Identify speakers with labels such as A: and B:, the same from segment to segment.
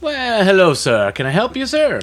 A: Well, hello, sir. Can I help you, sir?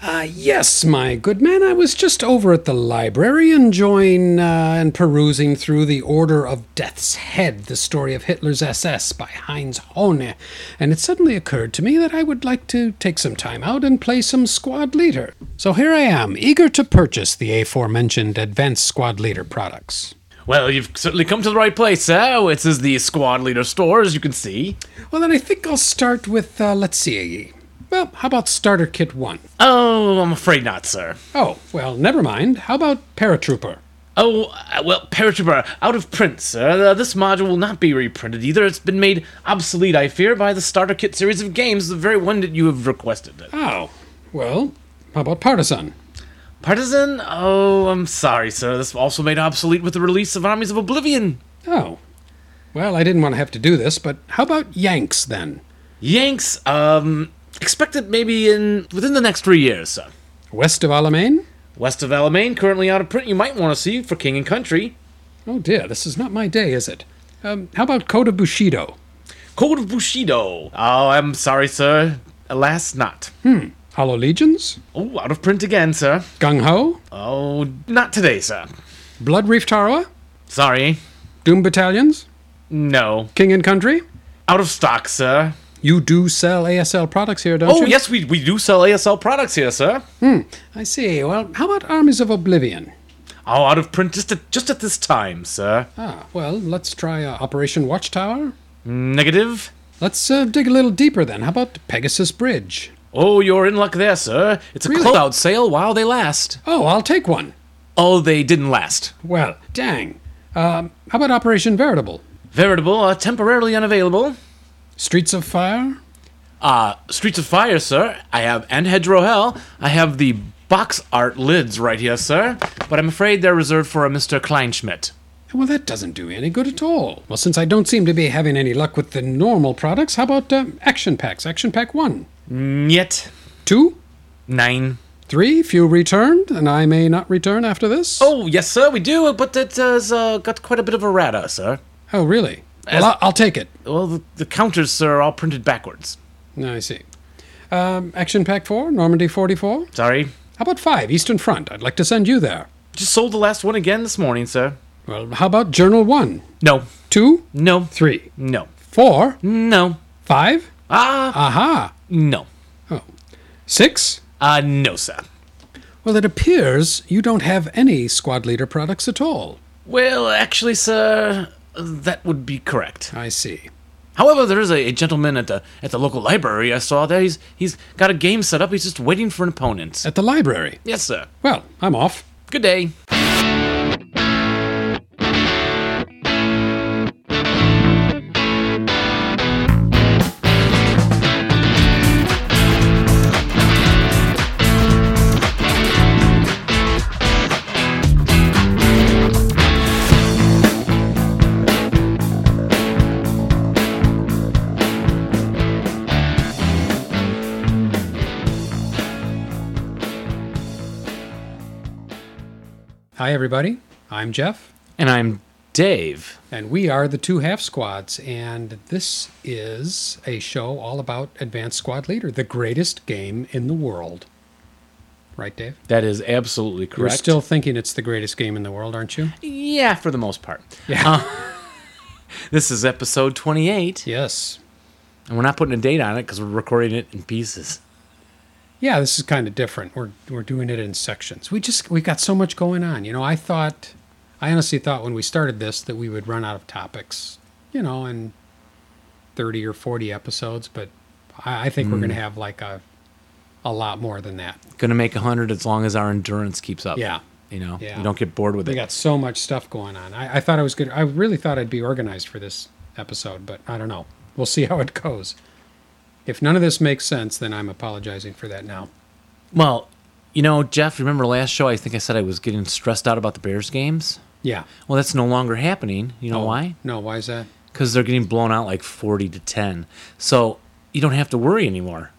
B: Uh, yes, my good man, I was just over at the library enjoying uh, and perusing through The Order of Death's Head, the story of Hitler's SS by Heinz Hone, and it suddenly occurred to me that I would like to take some time out and play some squad leader. So here I am, eager to purchase the aforementioned advanced squad leader products.
A: Well, you've certainly come to the right place, sir. This is the squad leader store, as you can see.
B: Well, then I think I'll start with, uh, let's see. Well, how about Starter Kit 1?
A: Oh, I'm afraid not, sir.
B: Oh, well, never mind. How about Paratrooper?
A: Oh, uh, well, Paratrooper, out of print, sir. Uh, This module will not be reprinted either. It's been made obsolete, I fear, by the Starter Kit series of games, the very one that you have requested.
B: Oh, well, how about Partisan?
A: Partisan? Oh, I'm sorry, sir. This was also made obsolete with the release of Armies of Oblivion.
B: Oh, well, I didn't want to have to do this, but how about Yanks then?
A: Yanks, um, expect it maybe in within the next three years, sir.
B: West of Alamein?
A: West of Alamein, currently out of print. You might want to see for King and Country.
B: Oh dear, this is not my day, is it? Um, how about Coda Bushido?
A: Code of Bushido. Oh, I'm sorry, sir. Alas, not.
B: Hollow Legions?
A: Oh, out of print again, sir.
B: Gung Ho?
A: Oh, not today, sir.
B: Blood Reef Tarawa?
A: Sorry.
B: Doom Battalions?
A: No.
B: King and Country?
A: Out of stock, sir.
B: You do sell ASL products here, don't
A: Oh,
B: you?
A: yes, we, we do sell ASL products here, sir.
B: I see. Well, how about Armies of Oblivion?
A: Oh, out of print just at, just at this time, sir.
B: Ah, well, let's try uh, Operation Watchtower.
A: Negative.
B: Let's uh, dig a little deeper then. How about Pegasus Bridge?
A: Oh, you're in luck there, sir. It's a
B: Really?
A: closeout sale while they last.
B: Oh, I'll take one.
A: Oh, they didn't last.
B: Well, dang. Um, how about Operation Veritable?
A: Veritable are temporarily unavailable.
B: Streets of Fire?
A: Uh, Streets of Fire, sir. I have and Hedgerow Hell. I have the box art lids right here, sir. But I'm afraid they're reserved for a Mr. Kleinschmidt.
B: Well, that doesn't do me any good at all. Well, since I don't seem to be having any luck with the normal products, how about uh, Action Packs? Action Pack 1,
A: Mm, Yet
B: 2,
A: nine.
B: 3, few returned, and I may not return after this?
A: Oh yes, sir, we do. But it has uh, got quite a bit of a errata, sir.
B: Oh, really?
A: As-
B: Well, I'll, I'll take it.
A: Well, the, the counters, sir, are all printed backwards.
B: I see. Um, Action Pack 4, Normandy 44.
A: Sorry,
B: How about 5, Eastern Front? I'd like to send you there.
A: just sold the last one again this morning, sir.
B: Well, how about Journal 1,
A: No,
B: 2,
A: no,
B: 3,
A: no,
B: 4,
A: no.
B: 5?
A: Ah,
B: Aha!
A: no.
B: Oh. 6?
A: Uh, no, sir.
B: Well, it appears you don't have any squad leader products at all.
A: Well, actually, sir, that would be correct.
B: I see.
A: However, there is a, a gentleman at the at the local library I saw there. He's he's got a game set up. He's just waiting for an opponent.
B: At the library.
A: Yes, sir.
B: Well, I'm off.
A: Good day.
B: Hi, everybody. I'm Jeff,
A: And I'm Dave.
B: and we are the Two Half Squads, and this is a show all about Advanced Squad Leader, the greatest game in the world. Right, Dave?
A: That is absolutely correct.
B: You're still thinking it's the greatest game in the world, aren't you?
A: yeah, for the most part. Uh,
B: Yeah.
A: This is episode 28,
B: yes.
A: and we're not putting a date on it because we're recording it in pieces.
B: Yeah, this is kind of different. We're we're doing it in sections. We just we got so much going on. You know, I thought I honestly thought when we started this that we would run out of topics, you know, in 30 or 40 episodes, but I, I think we're going to have like a a lot more than that.
A: Gonna make 100 as long as our endurance keeps up.
B: Yeah.
A: You know,
B: Yeah.
A: you don't get bored with
B: We
A: it.
B: got so much stuff going on. I, I thought I was good. I really thought I'd be organized for this episode, but I don't know. We'll see how it goes. If none of this makes sense, then I'm apologizing for that now.
A: well, you know, Jeff, remember last show I think I said I was getting stressed out about the Bears games?
B: Yeah.
A: Well, that's no longer happening. You know why?
B: No, why is that?
A: because they're getting blown out like 40 to 10 so you don't have to worry anymore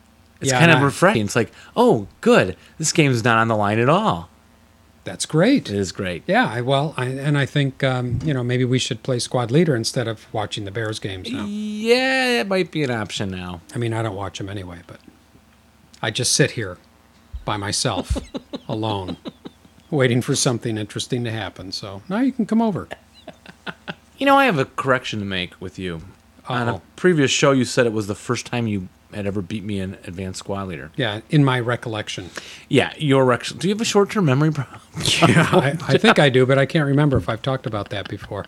A: it's
B: Yeah,
A: kind of
B: and I-
A: refreshing it's like oh good this game's not on the line at all
B: That's great.
A: it is great
B: Yeah, I, well, I, and I think um, you know maybe we should play squad leader instead of watching the Bears games now.
A: yeah it might be an option now
B: I mean, I don't watch them anyway, but I just sit here by myself, alone, waiting for something interesting to happen. So now you can come over.
A: You know, I have a correction to make with you. On a
B: Uh-oh.
A: previous show, you said it was the first time you had ever beat me in advanced squad leader.
B: Yeah, in my recollection.
A: Yeah, your correction. Do you have a short-term memory problem?
B: I, I think I do, but I can't remember if I've talked about that before.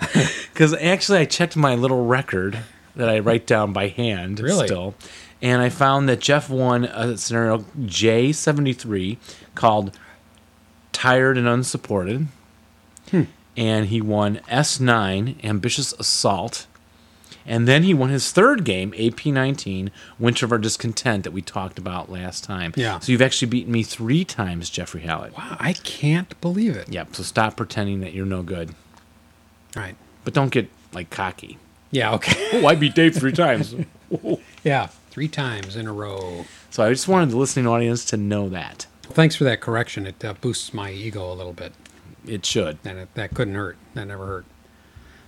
A: Because actually, I checked my little record that I write down by hand
B: Really?
A: still, and I found that Jeff won a scenario J73 called Tired and Unsupported.
B: Hmm.
A: And he won S9, Ambitious Assault. And then he won his third game, AP19, Winter of Our Discontent, that we talked about last time.
B: Yeah.
A: So you've actually beaten me three times, Jeffrey Hallett.
B: Wow, I can't believe it.
A: Yep. So stop pretending that you're no good.
B: Right.
A: But don't get, like, cocky.
B: Yeah, okay.
A: Oh, I beat Dave three times.
B: yeah, three times in a row.
A: so I just wanted the listening audience to know that.
B: Thanks for that correction. It uh, boosts my ego a little bit.
A: It should.
B: That it, that couldn't hurt. That never hurt.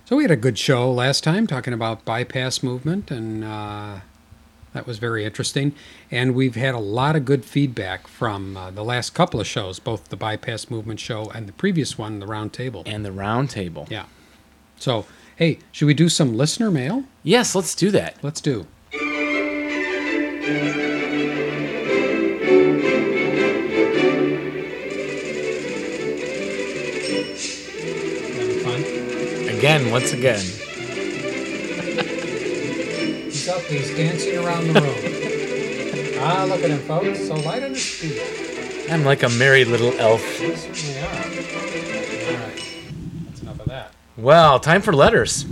B: So we had a good show last time talking about bypass movement, and uh, that was very interesting. And we've had a lot of good feedback from uh, the last couple of shows, both the bypass movement show and the previous one, the round table.
A: And the round table.
B: Yeah. So hey, should we do some listener mail?
A: Yes, let's do that.
B: Let's do. Having fun?
A: Again, once again.
B: He's up, he's dancing around the room. ah, look at him, folks. So light on his feet.
A: I'm like a merry little elf.
B: Yes, we are. All right. That's enough of that.
A: Well, time for letters.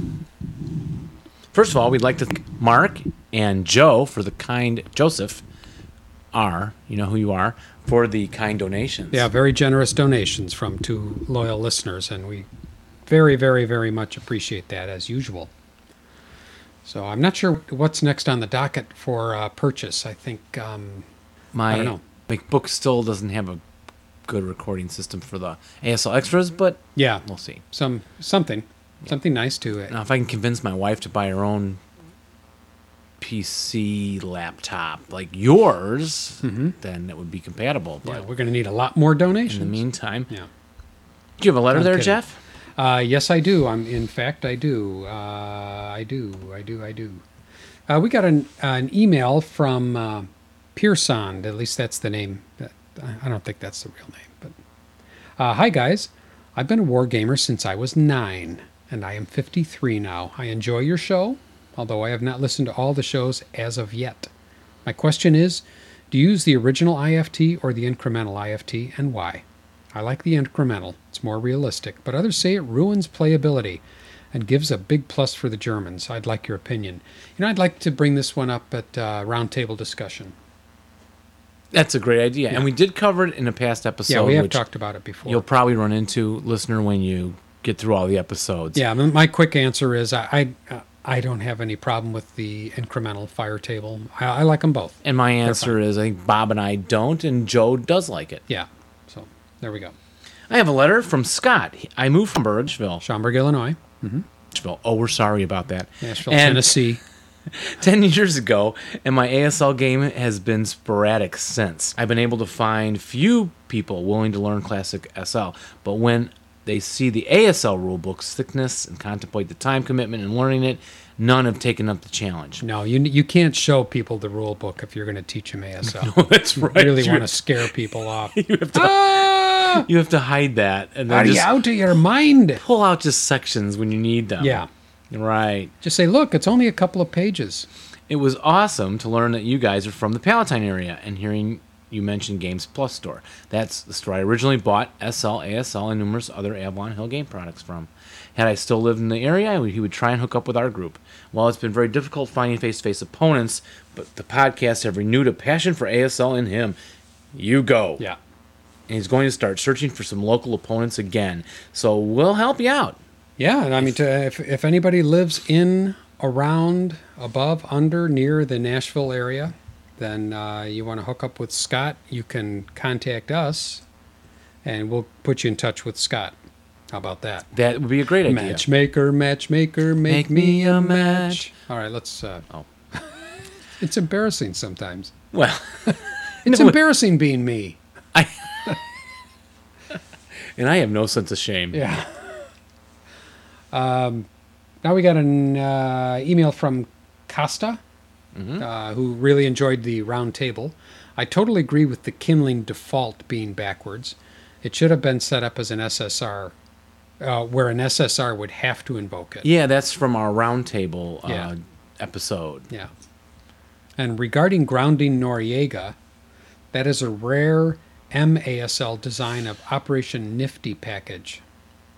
A: First of all, we'd like to thank Mark and Joe for the kind Joseph R, you know who you are, for the kind donations.
B: Yeah, very generous donations from two loyal listeners, and we very, very, very much appreciate that as usual. So I'm not sure what's next on the docket for uh, purchase. I think um,
A: My
B: I don't know.
A: MacBook still doesn't have a good recording system for the ASL extras, but
B: yeah,
A: we'll see.
B: some something, something nice to uh, it.
A: Now, if I can convince my wife to buy her own PC laptop like yours, then it would be compatible.
B: Mm-hmm. Yeah,
A: But
B: we're going to need a lot more
A: in the
B: donations.
A: meantime,
B: yeah.
A: do you have a letter
B: Not
A: there,
B: kidding.
A: Jeff?
B: Uh, yes, I do. I'm in fact, I do. Uh, I do. I do. I do. Uh, we got an an email from uh, Pearson. At least that's the name. That- I don't think that's the real name. But uh, hi guys, I've been a war gamer since I was nine, and I am 53 now. I enjoy your show, although I have not listened to all the shows as of yet. My question is, do you use the original IFT or the incremental IFT, and why? I like the incremental. It's more realistic, but others say it ruins playability and gives a big plus for the Germans. I'd like your opinion. You know, I'd like to bring this one up at uh, roundtable discussion.
A: That's a great idea, and we did cover it in a past episode.
B: Yeah, we have
A: which
B: talked about it before.
A: You'll probably run into listener when you get through all the episodes.
B: Yeah, I mean, my quick answer is I I, uh, I don't have any problem with the incremental fire table. I, I like them both.
A: And my answer is, I think Bob and I don't, and Joe does like it.
B: Yeah, so there we go.
A: I have a letter from Scott. I moved from Burridgeville.
B: Schaumburg, Illinois,
A: Burridgeville. Oh, we're sorry about that.
B: Nashville,
A: And-
B: Tennessee.
A: 10 years ago, and my ASL game has been sporadic since. I've been able to find few people willing to learn classic SL, but when they see the ASL rulebook's thickness and contemplate the time commitment in learning it, none have taken up the challenge.
B: No, you you can't show people the rule book if you're going to teach them ASL.
A: That's right.
B: really
A: you,
B: want to scare people off.
A: to, you have to hide that and then
B: Are you
A: just
B: out of your mind?
A: pull out just sections when you need them.
B: Yeah.
A: Right.
B: Just say, look, it's only a couple of pages.
A: It was awesome to learn that you guys are from the Palatine area and hearing you mention Games Plus Store. That's the store I originally bought SL, ASL, and numerous other Avalon Hill game products from. Had I still lived in the area, I would- he would try and hook up with our group. While it's been very difficult finding face to face opponents, but the podcasts have renewed a passion for ASL in him. You go.
B: Yeah.
A: And he's going to start searching for some local opponents again. So we'll help you out.
B: Yeah, and I mean, to, if if anybody lives in, around, above, under, near the Nashville area, then uh, you want to hook up with Scott. You can contact us, and we'll put you in touch with Scott. How about that?
A: That would be a great idea.
B: Matchmaker, matchmaker, make, me a match.
A: match.
B: All right, let's. Uh,
A: Oh.
B: it's embarrassing sometimes.
A: Well,
B: It's
A: No, it-
B: embarrassing being me.
A: and I have no sense of shame.
B: Yeah. um, now we got an uh, email from Costa,
A: Mm-hmm.
B: uh, who really enjoyed the round table. I totally agree with the kindling default being backwards. It should have been set up as an SSR, uh, where an SSR would have to invoke it.
A: Yeah, that's from our roundtable uh,
B: Yeah.
A: episode.
B: Yeah. And regarding grounding Noriega, that is a rare MASL design of Operation Nifty package.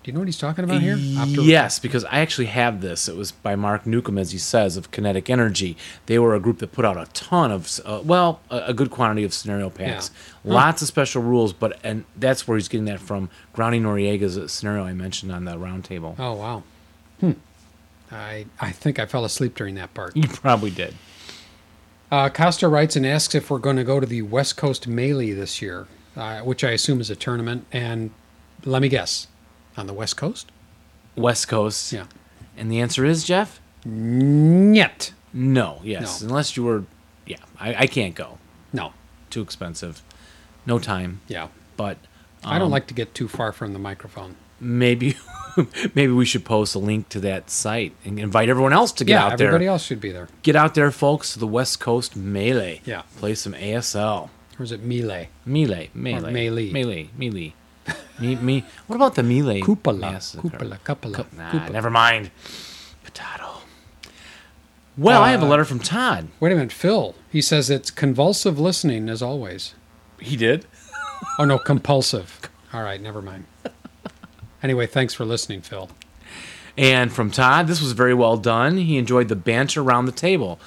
B: Do you know what he's talking about here? Opter-
A: Yes, because I actually have this. It was by Mark Newcomb, as he says, of Kinetic Energy. They were a group that put out a ton of, uh, well, a, a good quantity of scenario packs.
B: Yeah.
A: Lots of special rules, but and that's where he's getting that from. Grounding Noriega's scenario I mentioned on the roundtable.
B: Oh wow. Hmm. I I think I fell asleep during that part.
A: You probably did.
B: Uh, Costa writes and asks if we're going to go to the West Coast Melee this year, uh, which I assume is a tournament. And let me guess, on the West Coast?
A: West Coast.
B: Yeah.
A: And the answer is Jeff.
B: Yet.
A: No. Yes.
B: No.
A: Unless you were, yeah, I, I can't go.
B: No.
A: Too expensive. No time.
B: Yeah.
A: But
B: I
A: Um,
B: don't like to get too far from the microphone.
A: maybe maybe we should post a link to that site and invite everyone else to get
B: Yeah.
A: out
B: Everybody
A: there.
B: else should be there.
A: Get out there, folks, to the West Coast Melee.
B: Yeah.
A: Play some ASL.
B: Or is it melee?
A: Melee. Melee.
B: melee.
A: Melee. Melee. me, me. What about the melee?
B: Cupola.
A: massacre?
B: Cupola. Cupola.
A: Cup- Nah,
B: cupola.
A: never mind. Potato. Well, I have a letter from Todd.
B: Wait a minute, Phil. He says it's convulsive listening as always.
A: He did?
B: Oh no, compulsive. All right, never mind. Anyway, thanks for listening, Phil.
A: And from Todd, this was very well done. He enjoyed the banter around the table.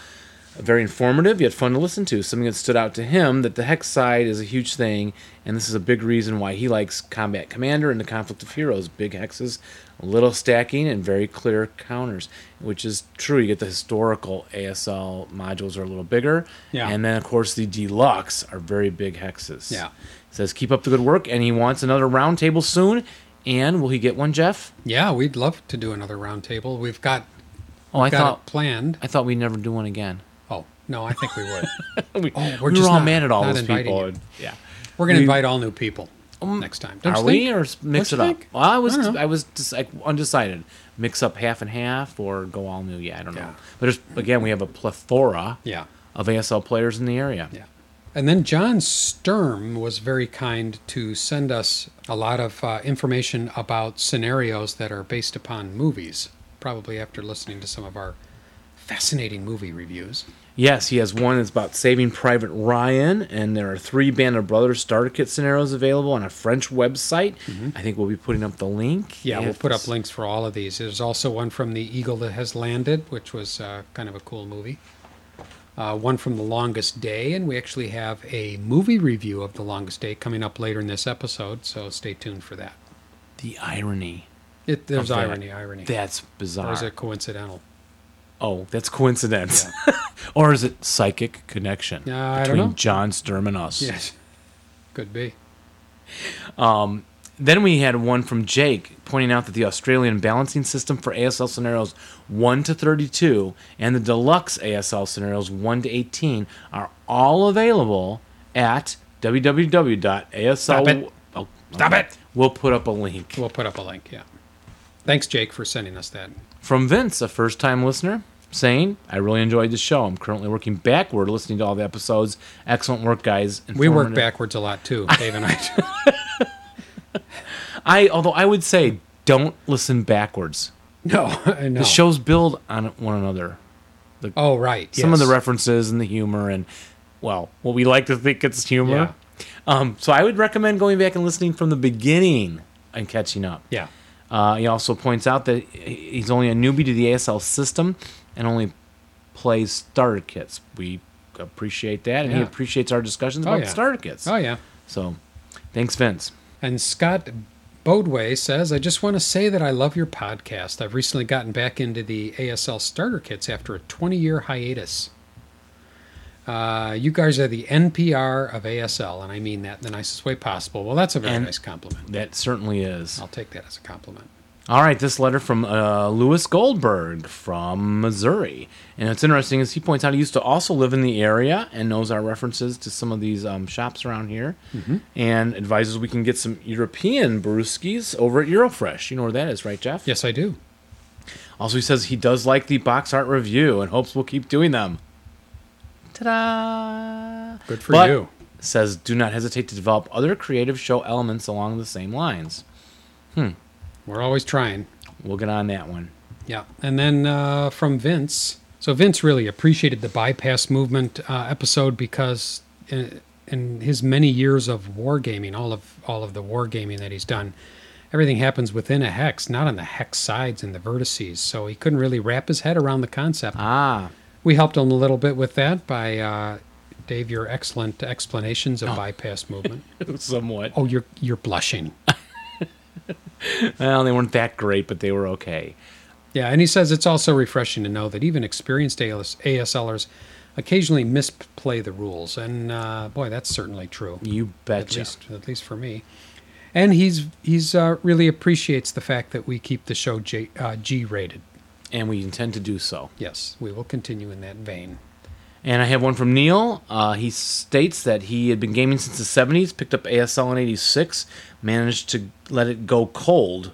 A: Very informative, yet fun to listen to. Something that stood out to him that the hex side is a huge thing, and this is a big reason why he likes Combat Commander and the Conflict of Heroes. Big hexes, little stacking, and very clear counters, which is true. You get the historical ASL modules are a little bigger,
B: Yeah.
A: and then of course the deluxe are very big hexes.
B: Yeah.
A: says keep up the good work, and he wants another round table soon. And will he get one, Jeff?
B: Yeah, we'd love to do another roundtable. We've got
A: Oh, I
B: got
A: thought
B: it planned.
A: I thought we'd never do one again.
B: Oh no, I think we would.
A: we,
B: Oh, we're
A: we were
B: just
A: all
B: not-
A: mad at all
B: not
A: those
B: inviting
A: people.
B: you.
A: and- yeah.
B: We're gonna
A: We- Um,
B: invite all new people next time. Don't
A: Are
B: you
A: we
B: think?
A: or s- mix
B: Don't
A: it
B: you
A: up?
B: think?
A: Well, I was
B: don't know.
A: I, was just like undecided. Mix up half and half or go all new. Yeah, I don't
B: Yeah.
A: know. But there's, again, we have a plethora
B: Yeah,
A: of ASL players in the area.
B: yeah. And then John Sturm was very kind to send us a lot of uh, information about scenarios that are based upon movies. Probably after listening to some of our fascinating movie reviews.
A: Yes, he has one that's about saving Private Ryan, and there are three Band of Brothers starter kit scenarios available on a French website. I think we'll be putting up the link.
B: Mm-hmm. Yeah, we'll
A: if
B: put
A: this-
B: up links for all of these. There's also one from The Eagle That Has Landed, which was uh, kind of a cool movie. Uh, one from The Longest Day, and we actually have a movie review of The Longest Day coming up later in this episode, so stay tuned for that.
A: the irony.
B: It, there's
A: Of that.
B: irony, irony.
A: That's
B: or
A: bizarre.
B: is it coincidental?
A: Oh, that's coincidence. or is it psychic connection
B: Uh, I don't
A: between
B: know.
A: John Sturm and us?
B: Yes. Could be.
A: Then we had one from Jake pointing out that the Australian balancing system for ASL scenarios 1 to 32 and the deluxe ASL scenarios 1 to 18 are all available at www.asl.
B: Stop it.
A: Oh,
B: Stop
A: okay.
B: it.
A: We'll put up a link.
B: We'll put up a link, yeah. Thanks, Jake, for sending us that.
A: From Vince, a first time listener, saying, I really enjoyed the show. I'm currently working backward listening to all the episodes. Excellent work, guys.
B: We work
A: Informative."
B: backwards a lot, too, Dave and I. do.
A: I although I would say don't listen backwards.
B: no, no.
A: The shows build on one another.
B: oh, right.
A: Some of the
B: yes.
A: references and the humor and well, what we like to think it's humor.
B: Yeah.
A: Um, so I would recommend going back and listening from the beginning and catching up.
B: Yeah.
A: Uh, he also points out that he- he's only a newbie to the ASL system and only plays starter kits. We appreciate that, and he
B: Yeah.
A: appreciates our discussions
B: Oh,
A: about
B: yeah.
A: starter kits.
B: Oh, yeah.
A: So, thanks, Vince.
B: And Scott Bodway says, I just want to say that I love your podcast. I've recently gotten back into the ASL starter kits after a 20 year hiatus. Uh, you guys are the NPR of ASL, and I mean that in the nicest way possible. Well, that's a very
A: And-
B: nice compliment.
A: That certainly is.
B: I'll take that as a compliment.
A: All right, this letter from uh, Lewis Goldberg from Missouri. And it's interesting as he points out he used to also live in the area and knows our references to some of these um, shops around here
B: Mm-hmm.
A: and advises we can get some European brewskis over at Eurofresh. You know where that is, right, Jeff?
B: Yes, I do.
A: Also, he says he does like the box art review and hopes we'll keep doing them. Ta da!
B: Good for
A: But-
B: you.
A: Says, do not hesitate to develop other creative show elements along the same lines.
B: We're always trying.
A: We'll get on that one.
B: Yeah. And then uh, from Vince. So Vince really appreciated the bypass movement uh, episode because in, in his many years of wargaming, all of all of the wargaming that he's done, everything happens within a hex, not on the hex sides and the vertices. So he couldn't really wrap his head around the concept.
A: Ah,
B: We helped him a little bit with that by uh, Dave, your excellent explanations of bypass movement.
A: somewhat.
B: Oh, you're you're blushing.
A: Well, they weren't that great, but they were okay.
B: Yeah, and he says it's also refreshing to know that even experienced ALS ASLers occasionally misplay the rules, and uh, boy, that's certainly true.
A: You
B: At
A: betcha.
B: least, at least for me. And he's he's uh, really appreciates the fact that we keep the show J, uh, G rated.
A: And we intend to do so.
B: Yes, we will continue in that vein.
A: And I have one from Neil. Uh, he states that he had been gaming since the 70s, picked up ASL in 86, managed to let it go cold.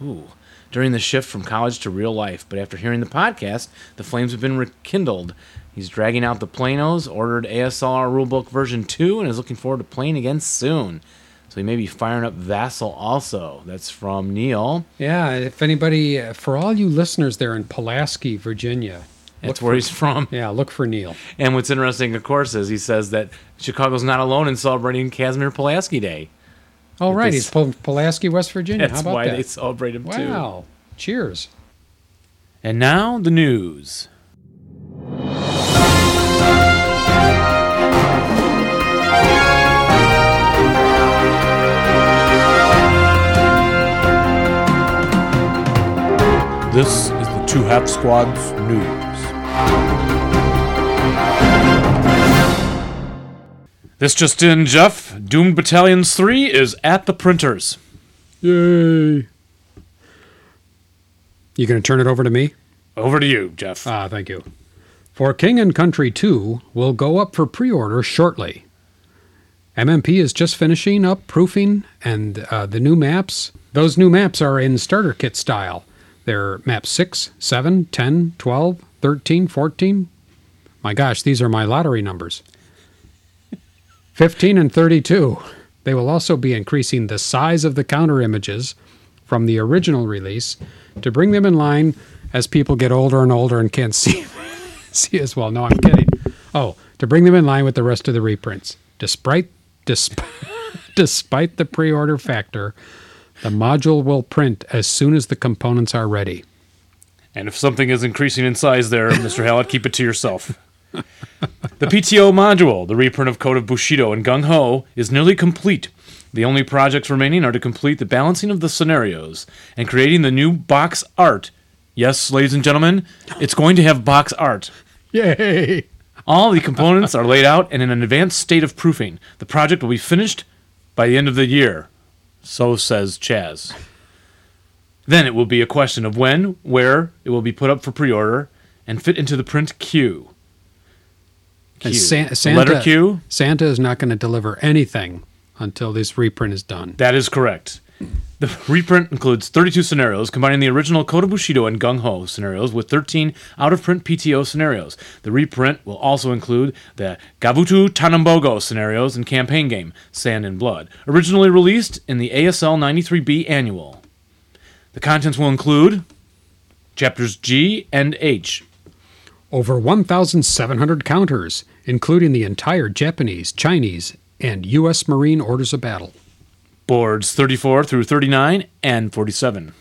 A: Ooh. During the shift from college to real life. But after hearing the podcast, the flames have been rekindled. He's dragging out the Planos, ordered ASLR Rulebook version 2, and is looking forward to playing again soon. So he may be firing up Vassal also. That's from Neil.
B: Yeah, if anybody, uh, for all you listeners there in Pulaski, Virginia,
A: That's where he's from.
B: yeah, look for Neil.
A: And what's interesting, of course, is he says that Chicago's not alone in celebrating Casimir Pulaski Day.
B: All right,
A: this-
B: he's from Pulaski, West Virginia.
A: That's
B: Hmm, How about
A: why
B: that?
A: they celebrate him too.
B: wow! Cheers.
A: And now the news.
C: This is the Two Half Squads news.
A: This just in, Jeff. Doomed Battalions 3 is at the printers.
B: Yay. You going to turn it over to me?
A: Over to you, Jeff.
B: Ah, thank you. For King and Country 2 will go up for pre order shortly. MMP is just finishing up proofing, and uh, the new maps, those new maps are in starter kit style. They're map 6, 7, 10, 12, 13, 14. My gosh, these are my lottery numbers 15 and 32. They will also be increasing the size of the counter images from the original release to bring them in line as people get older and older and can't see see as well. No, I'm kidding. Oh, to bring them in line with the rest of the reprints. Despite despite, despite the pre-order factor, the module will print as soon as the components are ready.
A: And if something is increasing in size there, Mr. Hallett, keep it to yourself. The PTO module, the reprint of Code of Bushido and Gung Ho, is nearly complete. The only projects remaining are to complete the balancing of the scenarios and creating the new box art. Yes, ladies and gentlemen, it's going to have box art.
B: Yay!
A: All the components are laid out and in an advanced state of proofing. The project will be finished by the end of the year. So says Chaz. Then it will be a question of when, where, it will be put up for pre order and fit into the print queue. Q.
B: And San-
A: The
B: Santa,
A: Letter Q?
B: Santa is not going to deliver anything until this reprint is done.
A: That is correct. The reprint includes 32 scenarios, combining the original Kota Bushido and Gung Ho scenarios with 13 out of print PTO scenarios. The reprint will also include the Gavutu Tanambogo scenarios and campaign game, Sand and Blood, originally released in the ASL 93B annual. The contents will include chapters G and H.
B: Over 1,700 counters, including the entire Japanese, Chinese, and U.S. Marine orders of battle.
A: Boards 34 through 39 and 47.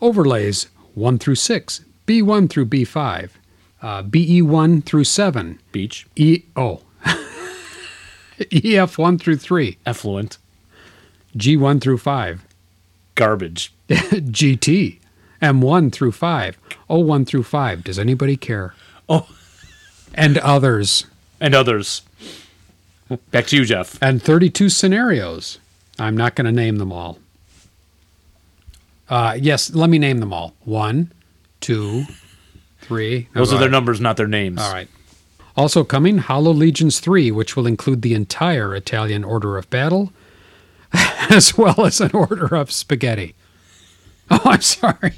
B: overlays 1 through 6, B1 through B5, uh, BE1 through 7,
A: Beach,
B: E oh, EF1 through 3,
A: effluent,
B: G1 through 5,
A: garbage.
B: GT, M1 through 5, O1 through 5. Does anybody care?
A: Oh.
B: And others.
A: and others. Back to you, Jeff.
B: And 32 scenarios. I'm not going to name them all. Uh, yes, let me name them all. One, two, three.
A: Those
B: All
A: are their
B: right.
A: numbers, not their names.
B: All right. Also coming, Hollow Legions 3, which will include the entire Italian Order of Battle, as well as an Order of Spaghetti. Oh, I'm sorry.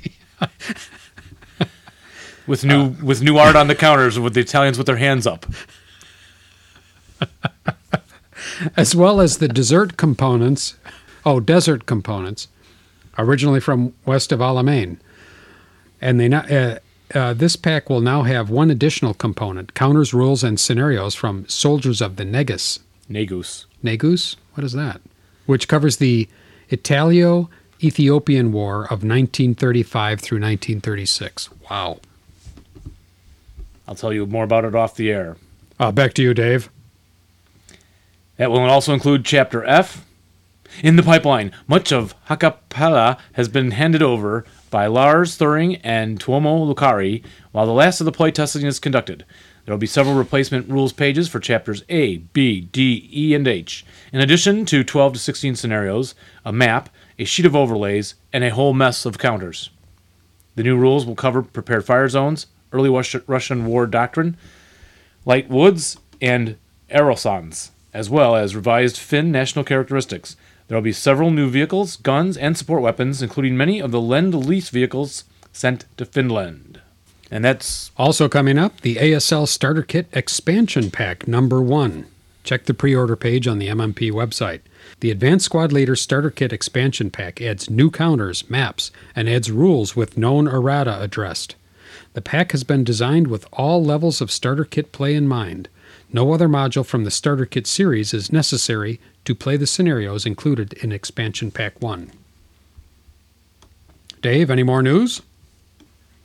A: With new
B: Uh,
A: with new art on the counters, with the Italians with their hands up.
B: As well as the dessert components. Oh, desert components, originally from west of Alamein. And they now, uh, uh, this pack will now have one additional component counters, rules, and scenarios from Soldiers of the Negus
A: Negus.
B: Negus? What is that? Which covers the Italo Ethiopian War of 1935 through 1936. Wow.
A: I'll tell you more about it off the air.
B: Uh, back to you, Dave.
A: That will also include Chapter F. In the pipeline, much of Hakapala has been handed over by Lars Thuring and Tuomo Lucari, while the last of the play testing is conducted. There will be several replacement rules pages for chapters A, B, D, E, and H, in addition to 12 to 16 scenarios, a map, a sheet of overlays, and a whole mess of counters. The new rules will cover prepared fire zones, early Rush- Russian war doctrine, light woods, and aerosons, as well as revised Finn national characteristics. There will be several new vehicles, guns, and support weapons, including many of the lend lease vehicles sent to Finland. And that's
B: Also coming up, the ASL Starter Kit Expansion Pack number one. Check the pre order page on the MMP website. The Advanced Squad Leader Starter Kit Expansion Pack adds new counters, maps, and adds rules with known errata addressed. The pack has been designed with all levels of Starter Kit play in mind. No other module from the Starter Kit series is necessary to play the scenarios included in Expansion Pack 1. Dave, any more news?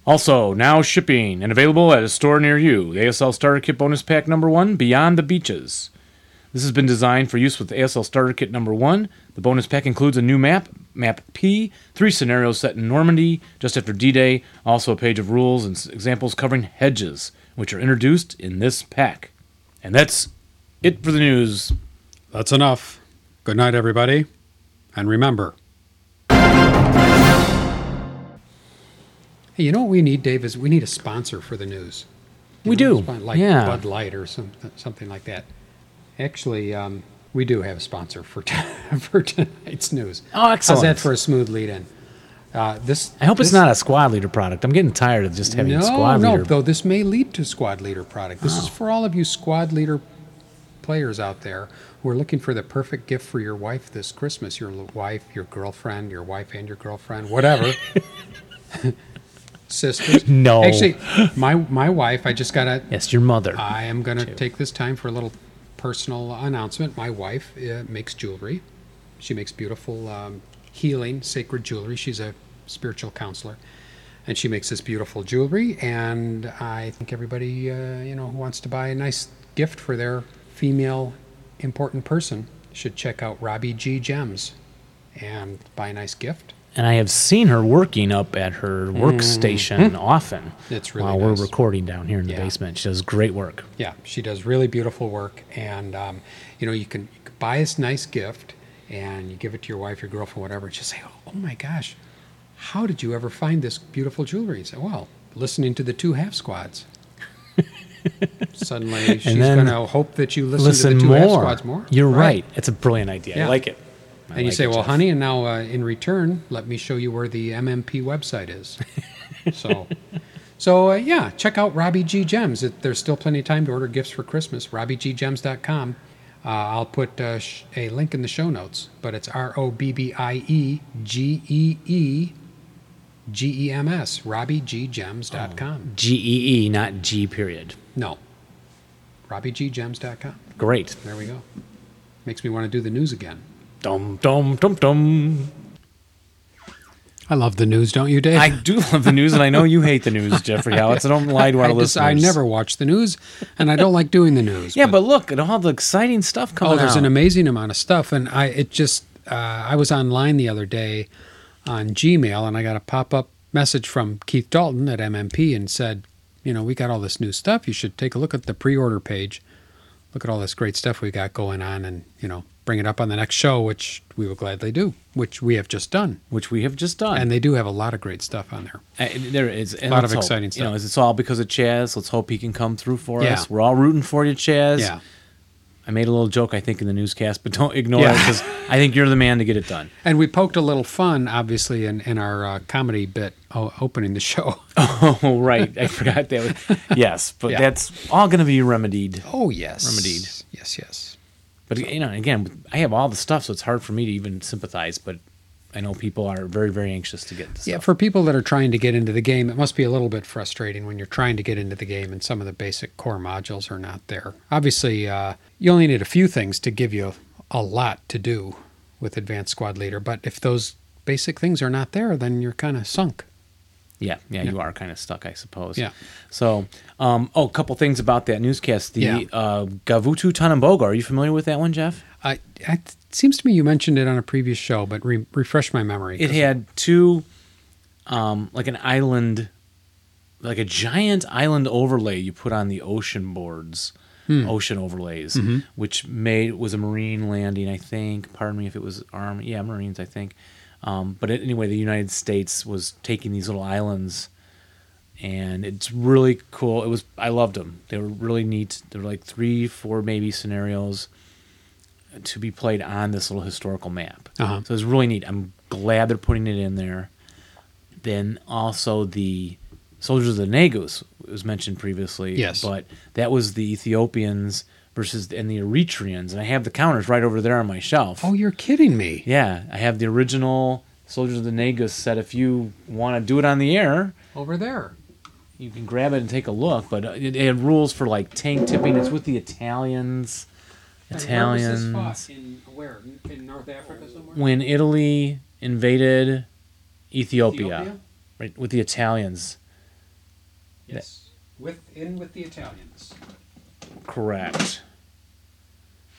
A: also now shipping and available at a store near you. The ASL Starter Kit Bonus Pack Number 1 Beyond the Beaches. This has been designed for use with the ASL Starter Kit Number 1. The bonus pack includes a new map, Map P, three scenarios set in Normandy just after D Day, also a page of rules and s- examples covering hedges, which are introduced in this pack. And that's it for the news.
B: That's enough. Good night, everybody. And remember. Hey, you know what we need, Dave, is we need a sponsor for the news.
A: We do.
B: Like
A: Yeah.
B: Bud Light or some, something like that. Actually, um, we do have a sponsor for, t- for tonight's news.
A: Oh,
B: How's
A: excellent.
B: that for a smooth lead in? Uh, this,
A: I hope it's
B: this-
A: not a squad leader product. I'm getting tired of just having
B: no,
A: squad
B: no,
A: leader. Oh.
B: though this may lead to squad leader product. This is for all of you squad leader players out there who are looking for the perfect gift for your wife this Christmas. Your l- wife, your girlfriend, your wife and your girlfriend, whatever. Sisters.
A: No.
B: Actually, my my wife, I just got to
A: yes, your mother.
B: I am going to take this time for a little personal announcement. My wife uh, makes jewelry. She makes beautiful um, healing, sacred jewelry. She's a spiritual counselor. And she makes this beautiful jewelry. And I think everybody, uh, you know, who wants to buy a nice gift for their female important person should check out Robbie G. Gems and buy a nice gift.
A: and I have seen her working up at her workstation often.
B: It's really
A: while
B: nice.
A: we're recording down here in the
B: Yeah.
A: basement. She does great work.
B: Yeah, she does really beautiful work, and um, you know you can, you can buy this nice gift, and you give it to your wife, your girlfriend, whatever. And she'll say, "Oh my gosh, how did you ever find this beautiful jewelry?" You say, "Well, listening to the two half squads." Suddenly, she's
A: then
B: going to hope that you listen,
A: Listen
B: to the two half
A: more.
B: squads more.
A: You're right. It's a brilliant idea. I
B: Yeah.
A: like it. I
B: And you
A: like
B: say,
A: it,
B: "Well,
A: Jeff.
B: honey, and now uh, in return, let me show you where the MMP website is." so, so uh, yeah, check out Robbie G Gems. It, there's still plenty of time to order gifts for Christmas. RobbieGGems.com. Uh, I'll put uh, sh- a link in the show notes, but it's R O B B I E G E E G E M S. RobbieGGems.com.
A: G E E, not G period.
B: No, RobbieGGems.com.
A: Great.
B: There we go. Makes me want to do the news again.
A: Dum dum dum dum.
B: I love the news, don't you, Dave?
A: I do love the news, and I know you hate the news, Jeffrey Howitz. I don't lie to our
B: I, just,
A: listeners.
B: I never watch the news, and I don't like doing the news.
A: Yeah, but look at all the exciting stuff coming
B: oh, there's
A: out.
B: an amazing amount of stuff, and I it just uh, I was online the other day on Gmail, and I got a pop up message from Keith Dalton at MMP, and said, you know, we got all this new stuff. You should take a look at the pre order page. Look at all this great stuff we got going on, and you know, bring it up on the next show, which we will gladly do, which we have just done.
A: which we have just done.
B: And they do have a lot of great stuff on there.
A: Uh, there is a
B: Lot of exciting
A: You know,
B: stuff.
A: it's all because of Chaz. Let's hope he can come through for
B: Yeah.
A: us. We're all rooting for you, Chaz.
B: Yeah.
A: I made a little joke, I think, in the newscast, but don't ignore it
B: Yeah.
A: because I think you're the man to get it done.
B: And we poked a little fun, obviously, in, in our uh, comedy bit o- opening the show.
A: Oh, right. I forgot that. was- yes, but
B: Yeah.
A: that's all going to be remedied.
B: Oh, yes.
A: Remedied.
B: Yes, yes.
A: But, you know, again, I have all the stuff, so it's hard for me to even sympathize, but I know people are very, very anxious to get this.
B: Yeah, for people that are trying to get into the game, it must be a little bit frustrating when you're trying to get into the game and some of the basic core modules are not there. Obviously, uh, you only need a few things to give you a lot to do with Advanced Squad Leader, but if those basic things are not there, then you're kind of sunk.
A: Yeah, yeah, you are kind of stuck, I suppose.
B: Yeah.
A: So, um, oh, a couple things about that newscast. The
B: Yeah.
A: uh, Gavutu Tanamboga. Are you familiar with that one, Jeff?
B: I, I, it seems to me you mentioned it on a previous show, but re- refresh my memory.
A: It had two, um, like an island, like a giant island overlay you put on the ocean boards, ocean overlays, which made was a marine landing, I think. Pardon me if it was army. Yeah, marines, I think. Um, but anyway, the United States was taking these little islands, and it's really cool. It was I loved them. They were really neat. There were like three, four maybe scenarios to be played on this little historical map.
B: Uh-huh.
A: So it's really neat. I'm glad they're putting it in there. Then also the Soldiers of the Negus was mentioned previously.
B: Yes.
A: But that was the Ethiopians versus and the Eritreans, and I have the counters right over there on my shelf.
B: oh, you're kidding me.
A: Yeah, I have the original Soldiers of the Negus set. If you want to do it on the air,
B: Over there.
A: you can grab it and take a look. But uh, it, it had rules for like tank tipping. It's with the Italians. Italians.
B: In where? In North Africa somewhere?
A: When Italy invaded Ethiopia,
B: Ethiopia?
A: right with the Italians.
B: Yes. With, in with the Italians.
A: Correct.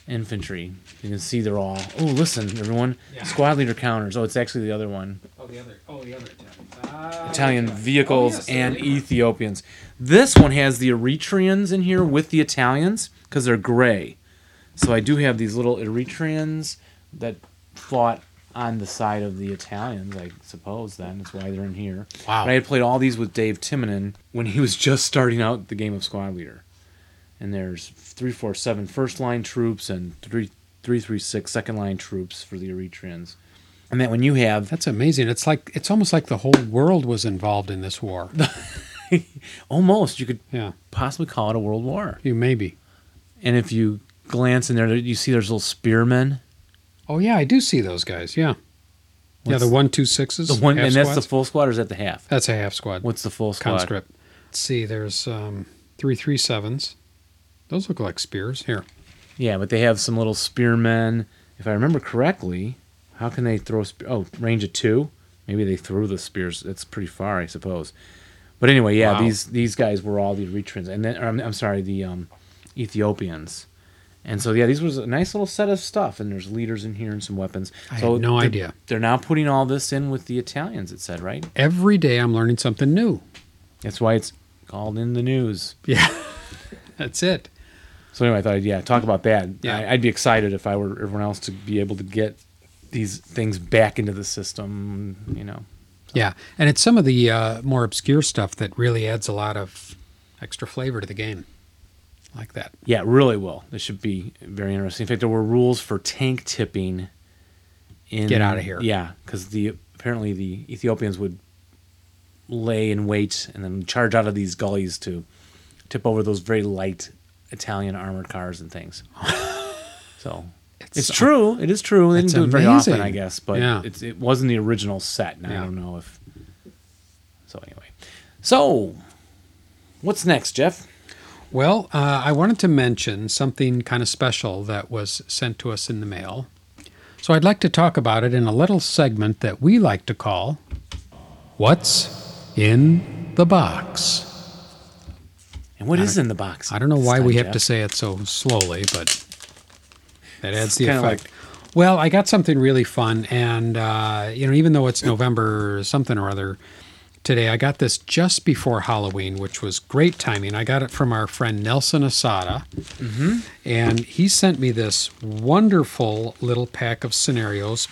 A: Infantry. You can see they're all. Oh, listen, everyone.
B: Yeah.
A: Squad leader counters. Oh, it's actually the other one.
B: Oh, the other. Oh, the other Italians. Ah,
A: Italian
B: okay.
A: vehicles
B: Oh, yes,
A: and
B: they are.
A: Ethiopians. This one has the Eritreans in here with the Italians because they're gray. So I do have these little Eritreans that fought on the side of the Italians, I suppose. Then that's why they're in here.
B: Wow.
A: But I had played all these with Dave Timonen when he was just starting out the game of Squad Leader. And there's three, four, seven first line troops and three, three, three, six second line troops for the Eritreans. And that when you have
B: That's amazing. It's like it's almost like the whole world was involved in this war.
A: almost you could
B: Yeah,
A: possibly call it a world war.
B: you maybe.
A: And if you glance in there, there- you see there's little spearmen.
B: Oh yeah, I do see those guys. Yeah, yeah,
A: What's
B: the one two sixes.
A: The one,
B: half
A: and that's
B: squads?
A: the full squad, or is that the half?
B: that's a half squad
A: What's the full squad?
B: conscript. Let's see, there's um, three three sevens. Those look like spears. Here,
A: Yeah, but they have some little spearmen. If I remember correctly, how can they throw? Spe- oh, range of two. Maybe they threw the spears. That's pretty far, I suppose. But anyway, yeah,
B: Wow.
A: these these guys were all the Eritreans, and then or, I'm, I'm sorry, the um, Ethiopians. And so yeah, these was a nice little set of stuff, and there's leaders in here and some weapons.
B: I
A: so
B: had no
A: they're-
B: idea.
A: They're now putting all this in with the Italians. It said right.
B: every day I'm learning something new.
A: That's why it's called in the news.
B: Yeah, that's it.
A: So anyway, I thought, yeah, talk about that.
B: Yeah.
A: I, I'd be excited if I were everyone else to be able to get these things back into the system. You know,
B: Yeah, and it's some of the uh, more obscure stuff that really adds a lot of extra flavor to the game, like that.
A: yeah, it really will. This should be very interesting. In fact, there were rules for tank tipping. In,
B: Get outta here.
A: Yeah, because the apparently the Ethiopians would lay in wait and then charge out of these gullies to tip over those very light Italian armored cars and things. so It's true. It is true. They
B: That's
A: didn't do it very
B: amazing.
A: often, I guess, but
B: Yeah.
A: it's, it wasn't the original set, and I
B: Yeah.
A: don't know if. So anyway, so what's next, Jeff?
B: Well, uh, I wanted to mention something kind of special that was sent to us in the mail. So I'd like to talk about it in a little segment that we like to call What's in the Box.
A: And what is in the box?
B: I don't know
A: this
B: why
A: time,
B: we have to
A: Jeff?
B: say it so slowly, but that adds
A: It's
B: the
A: kinda
B: effect. well, I got something really fun, and uh, you know, even though it's November something or other, today. I got this just before Halloween, which was great timing. I got it from our friend Nelson Asada,
A: Mm-hmm.
B: and he sent me this wonderful little pack of scenarios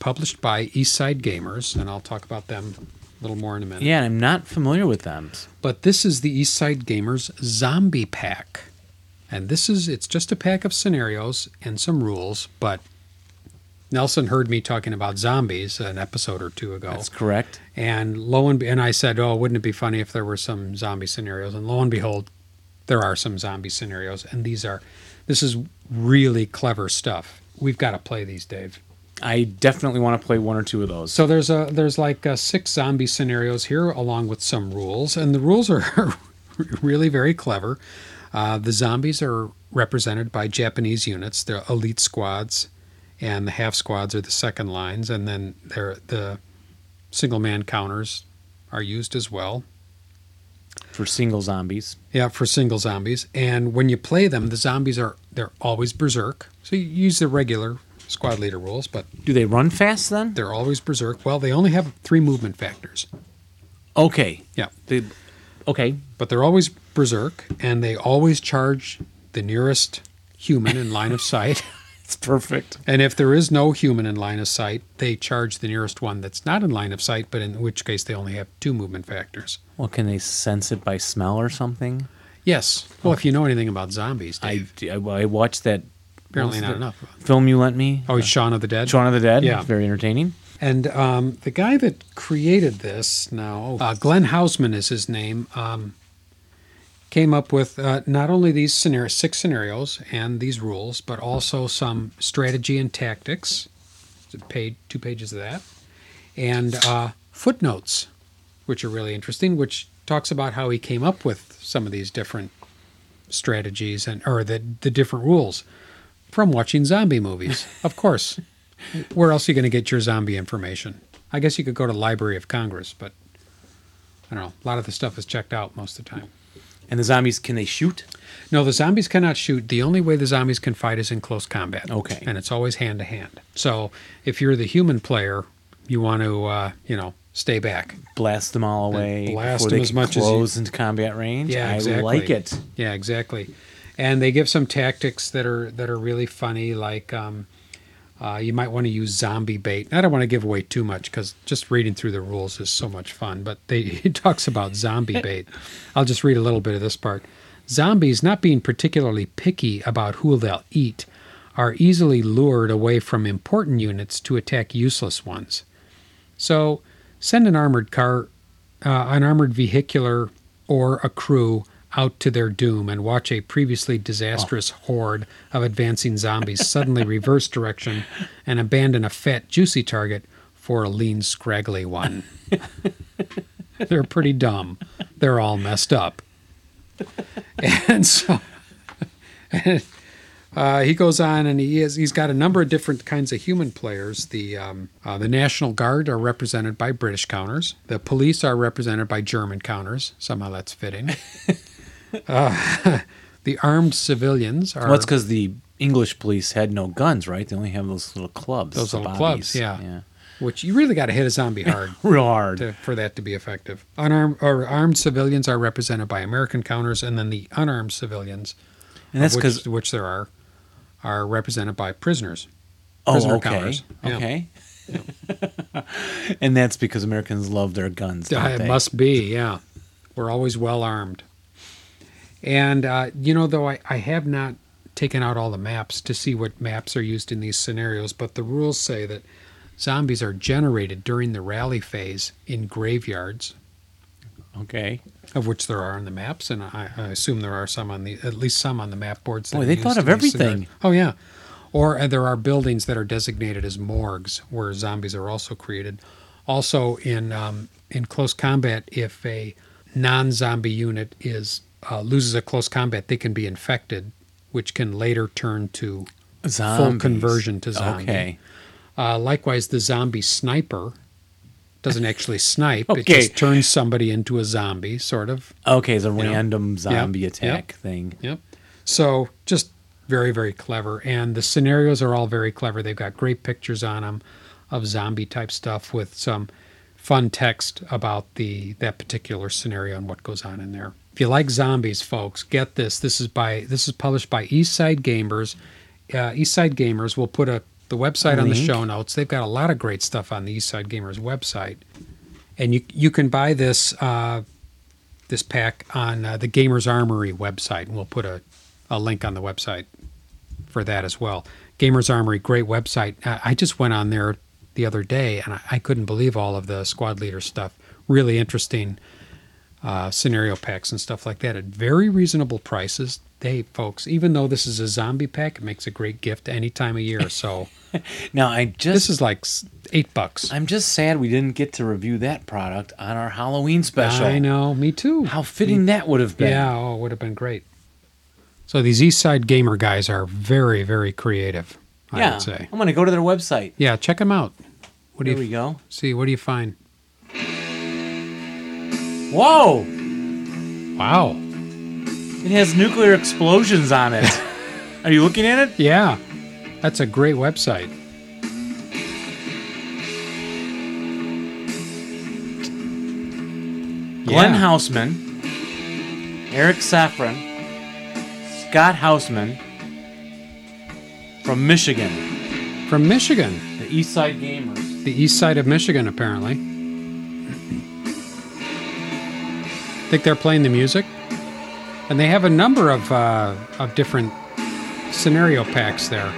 B: published by Eastside Gamers, and I'll talk about them a little more in a minute.
A: Yeah, and I'm not familiar with them.
B: But this is the Eastside Gamers Zombie Pack. And this is it's just a pack of scenarios and some rules, but Nelson heard me talking about zombies an episode or two ago.
A: That's correct.
B: and lo and and I said, "Oh, wouldn't it be funny if there were some zombie scenarios?" And lo and behold, there are some zombie scenarios, and these are this is really clever stuff. We've got to play these, Dave.
A: I definitely want to play one or two of those.
B: So there's a there's like uh, six zombie scenarios here, along with some rules, and the rules are really very clever. Uh, the zombies are represented by Japanese units, the elite squads, and the half squads are the second lines, and then there the single man counters are used as well.
A: for single zombies.
B: Yeah, for single zombies. And when you play them, the zombies are they're always berserk. So you use the regular squad leader rules, but
A: Do they run fast then?
B: they're always berserk. Well, they only have three movement factors.
A: Okay.
B: Yeah.
A: They, okay.
B: but they're always berserk and they always charge the nearest human in line of sight.
A: It's perfect.
B: And if there is no human in line of sight, they charge the nearest one that's not in line of sight, but in which case they only have two movement factors.
A: Well, can they sense it by smell or something?
B: Yes. Well, if you know anything about zombies,
A: I,
B: Dave,
A: I, I watched that
B: apparently
A: what's
B: not
A: the
B: enough.
A: film you lent me.
B: Oh, Shaun of the Dead.
A: Shaun of the Dead.
B: Yeah.
A: Very entertaining.
B: And um, the guy that created this now, uh, Glenn Hausman is his name, um, came up with uh, not only these scenario, six scenarios and these rules, but also some strategy and tactics. It's a page, two pages of that. And uh, footnotes, which are really interesting, which talks about how he came up with some of these different strategies and or the, the different rules from watching zombie movies, of course where else are you going to get your zombie information? I guess you could go to Library of Congress, but I don't know. A lot of the stuff is checked out most of the time.
A: And the zombies, can they shoot?
B: No, the zombies cannot shoot. The only way the zombies can fight is in close combat.
A: Okay.
B: And it's always hand to hand. So if you're the human player, you want to, uh, you know, stay back.
A: Blast them all away.
B: blast
A: before
B: them
A: they
B: as
A: can
B: much as you-
A: close into combat range.
B: Yeah,
A: I
B: exactly.
A: like it.
B: Yeah, exactly. And they give some tactics that are that are really funny, like um, uh, you might want to use zombie bait. I don't want to give away too much because just reading through the rules is so much fun. But they, he talks about zombie bait. I'll just read a little bit of this part. Zombies, not being particularly picky about who they'll eat, are easily lured away from important units to attack useless ones. So, send an armored car, uh, an armored vehicular, or a crew out to their doom and watch a previously disastrous horde of advancing zombies suddenly reverse direction and abandon a fat, juicy target for a lean, scraggly one. They're pretty dumb. They're all messed up. And so. Uh, he goes on and he is, he's got a number of different kinds of human players. The um, uh, the National Guard are represented by British counters. The police are represented by German counters. Somehow that's fitting. uh, the armed civilians are
A: Well, that's because the English police had no guns, right? They only have those little clubs.
B: Those
A: the
B: little clubs,
A: bobbies.
B: yeah. which you really got to hit a zombie hard
A: Real hard.
B: to, for that to be effective. Unarmed or armed civilians are represented by American counters, and then the unarmed civilians,
A: and that's because
B: which, which there are, are represented by prisoners.
A: oh,
B: prisoner
A: okay,
B: counters. Yeah.
A: okay. and that's because Americans love their guns. Don't
B: it
A: they?
B: must be, yeah. We're always well armed. And, uh, you know, though I, I have not taken out all the maps to see what maps are used in these scenarios, but the rules say that zombies are generated during the rally phase in graveyards,
A: Okay.
B: of which there are on the maps, and I, I assume there are some on the, at least some on the map boards. that
A: Boy,
B: are
A: they
B: used
A: thought
B: in
A: of
B: these scenarios.
A: everything.
B: Oh, yeah. Or uh, there are buildings that are designated as morgues where zombies are also created. Also, in um, in close combat, if a non-zombie unit is uh, loses a close combat, they can be infected, which can later turn to full
A: Zombies.
B: conversion to zombie.
A: Okay.
B: Uh, likewise, the zombie sniper doesn't actually snipe; it
A: Okay.
B: just turns somebody into a zombie, sort of.
A: Okay, it's a
B: know?
A: random zombie
B: yep.
A: attack thing.
B: Yep. So just very, very clever. And the scenarios are all very clever. They've got great pictures on them of zombie type stuff with some fun text about the that particular scenario and what goes on in there. If you like zombies, folks, get this. This is by this is published by Eastside Gamers. Uh, Eastside Gamers. We'll put a the website on the show notes. They've got a lot of great stuff on the Eastside Gamers website, and you you can buy this uh, this pack on uh, the Gamers Armory website, and we'll put a a link on the website for that as well. Gamers Armory, great website. I I just went on there the other day and I, I couldn't believe all of the squad leader stuff. Really interesting uh, scenario packs and stuff like that at very reasonable prices. Hey, folks, even though this is a zombie pack, it makes a great gift any time of year. So
A: Now I just
B: this is like s- eight bucks.
A: I'm just sad we didn't get to review that product on our Halloween special.
B: I know, me too.
A: How fitting that would have been.
B: Yeah, oh, it would have been great. So these East Side Gamer guys are very, very creative, I
A: yeah.
B: would say.
A: I'm gonna go to their website.
B: Yeah, check them out. What do
A: Here
B: you
A: we go.
B: see? What do you find?
A: Whoa!
B: Wow.
A: It has nuclear explosions on it. Are you looking at it?
B: Yeah, that's a great website.
A: Glenn
B: Yeah.
A: Houseman, Eric Safran, Scott Houseman from Michigan,
B: From Michigan,
A: the East Side Gamers.
B: the east side of Michigan, apparently. Think they're playing the music, and they have a number of uh, of different scenario packs there.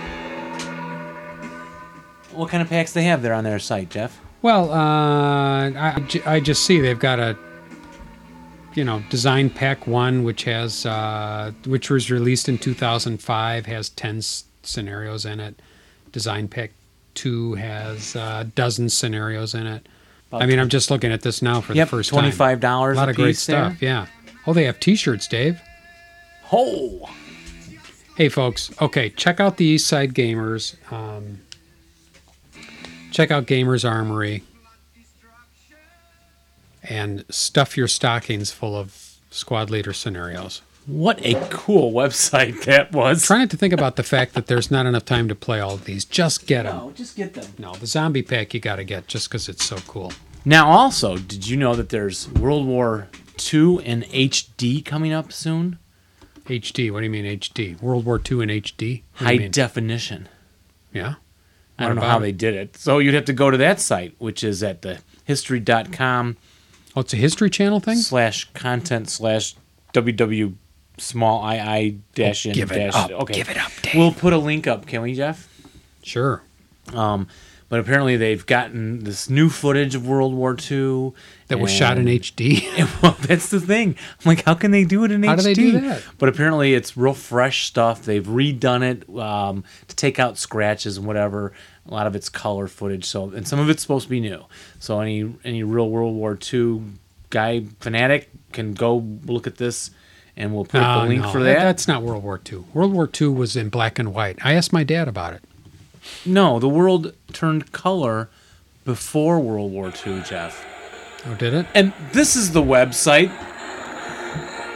A: What kind of packs they have there on their site, Jeff?
B: Well, uh, I, I ju- I just see they've got a, you know, design pack one, which has, uh, which was released in 2005, has 10 s- scenarios in it. Design pack two has uh, dozen scenarios in it. I mean, I'm just looking at this now for
A: Yep,
B: the first time.
A: twenty-five
B: A
A: dollars.
B: lot of great stuff. Yeah. Oh, they have T-shirts, Dave.
A: Oh,
B: Hey, folks. Okay, check out the East Side Gamers. Um, check out Gamers Armory. And stuff your stockings full of squad leader scenarios.
A: what a cool website that was.
B: Try not to think about the fact that there's not enough time to play all of these. Just get them.
A: No, just get them.
B: No, the zombie pack you got to get just because it's so cool.
A: Now, also, did you know that there's World War II in HD coming up soon?
B: HD. What do you mean HD? World War II in HD? What do
A: High
B: you mean?
A: definition.
B: Yeah.
A: I
B: What
A: don't know
B: about
A: how
B: it?
A: they did it. So you'd have to go to that site, which is at the history.com
B: Oh, it's a History Channel thing?
A: slash content slash ww small ii dash in
B: give it
A: dash
B: up.
A: okay
B: Give it up, Dave.
A: we'll put a link up can we jeff
B: Sure.
A: um but apparently they've gotten this new footage of world war ii
B: That was shot in
A: and-
B: HD.
A: well, that's the thing. I'm like, how can they do it in
B: How
A: HD?
B: do they do that?
A: But apparently, it's real fresh stuff. They've redone it um, to take out scratches and whatever. A lot of it's color footage, so and some of it's supposed to be new. So any any real World War II guy fanatic can go look at this, and we'll put up
B: Oh,
A: a link
B: no,
A: for that.
B: That's not World War II. World War II was in black and white. I asked my dad about it.
A: No, the world turned color before World War II, Jeff.
B: Oh, did it?
A: And this is the website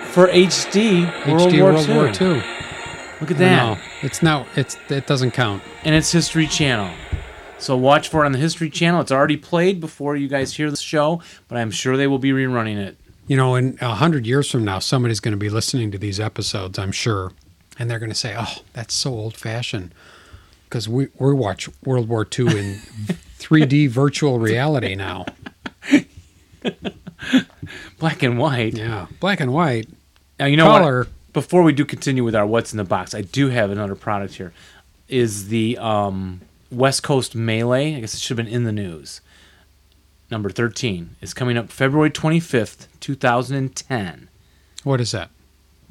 A: for HD World,
B: HD
A: War,
B: World
A: II.
B: War II.
A: Look at that.
B: No, it's not. It's it doesn't count.
A: and it's History Channel. So watch for it on the History Channel. It's already played before you guys hear the show, but I'm sure they will be rerunning it.
B: You know, in a hundred years from now, somebody's going to be listening to these episodes. I'm sure, and they're going to say, "Oh, that's so old-fashioned," because we we watch World War II in 3D virtual reality now.
A: Black and white.
B: Yeah, black and white.
A: Now you know what-
B: Color.
A: Before we do continue with our what's in the box, I do have another product here. Is the um, West Coast Melee? I guess it should have been in the news. Number thirteen is coming up February twenty fifth, two thousand and ten.
B: What is that?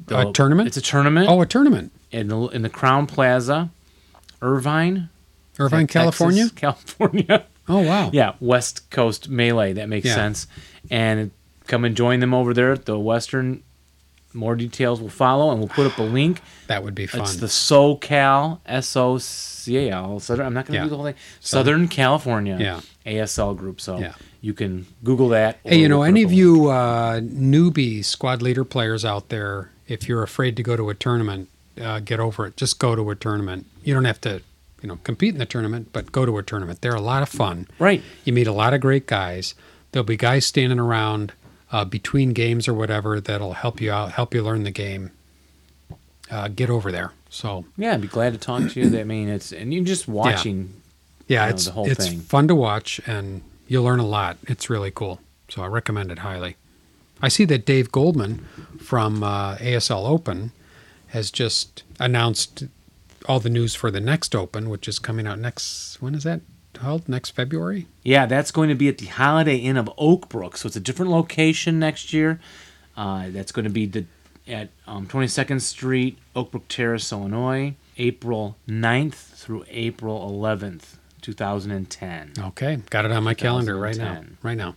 B: a tournament?
A: It's a tournament.
B: oh, a tournament.
A: in the in the Crown Plaza, Irvine,
B: Irvine,
A: Texas,
B: California.
A: California.
B: Oh, wow.
A: Yeah, West Coast Melee. That makes
B: Yeah.
A: sense. And come and join them over there at the Western. More details will follow, and we'll put up a link.
B: that would be fun.
A: It's the SoCal S O C A L. Southern. I'm not going to
B: Yeah.
A: do the whole thing. Southern California.
B: Yeah.
A: ASL group. So
B: Yeah.
A: you can Google that. or
B: Hey, you know,
A: we'll put
B: any
A: up
B: of
A: a link.
B: you uh, newbie squad leader players out there, if you're afraid to go to a tournament, uh, get over it. Just go to a tournament. You don't have to, you know, compete in the tournament, but go to a tournament. They're a lot of fun.
A: Right.
B: You meet a lot of great guys. There'll be guys standing around uh, between games or whatever that'll help you out, help you learn the game. Uh, get over there. So
A: Yeah, I'd be glad to talk to you. I mean, it's and you just watching.
B: yeah,
A: you know,
B: it's
A: the whole
B: it's
A: thing.
B: fun to watch and you learn a lot. It's really cool. So I recommend it highly. I see that Dave Goldman from uh, ASL Open has just announced all the news for the next Open, which is coming out next. When is that held? Next February.
A: Yeah, that's going to be at the Holiday Inn of Oak Brook, so it's a different location next year. Uh, that's going to be the at um, 22nd Street, Oak Brook Terrace, Illinois, April 9th through April 11th, 2010.
B: Okay, got it on my calendar right now.
A: 2010.
B: Right now.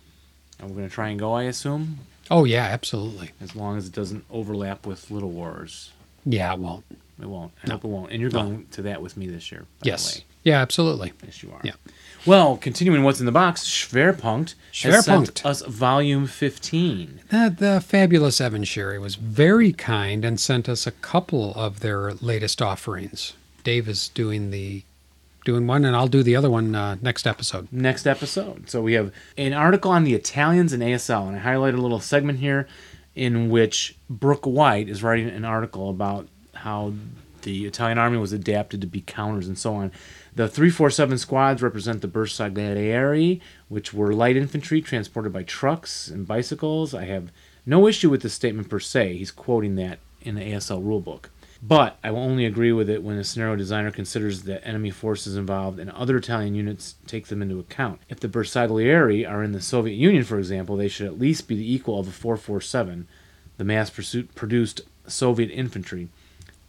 A: And we're going to try and go, I assume,
B: Oh yeah, absolutely.
A: as long as it doesn't overlap with Little Wars.
B: Yeah, it won't.
A: It won't. I hope it won't. And you're going to that with me this year. By The
B: Yes.
A: way.
B: Yeah, absolutely.
A: Yes, you are.
B: Yeah.
A: Well, continuing what's in the box, Schwerpunkt, has
B: Schwerpunkt.
A: sent us volume 15.
B: The, the fabulous Evan Sherry was very kind and sent us a couple of their latest offerings. Dave is doing the doing one, and I'll do the other one uh, next episode.
A: next episode. So we have an article on the Italians in ASL, and I highlight a little segment here in which Brooke White is writing an article about how the Italian army was adapted to be counters and so on. The 347 squads represent the Bersaglieri, which were light infantry transported by trucks and bicycles. I have no issue with this statement per se. He's quoting that in the ASL rulebook. But I will only agree with it when the scenario designer considers the enemy forces involved and other Italian units take them into account. If the Bersaglieri are in the Soviet Union, for example, they should at least be the equal of a 447, the mass pursuit produced Soviet infantry,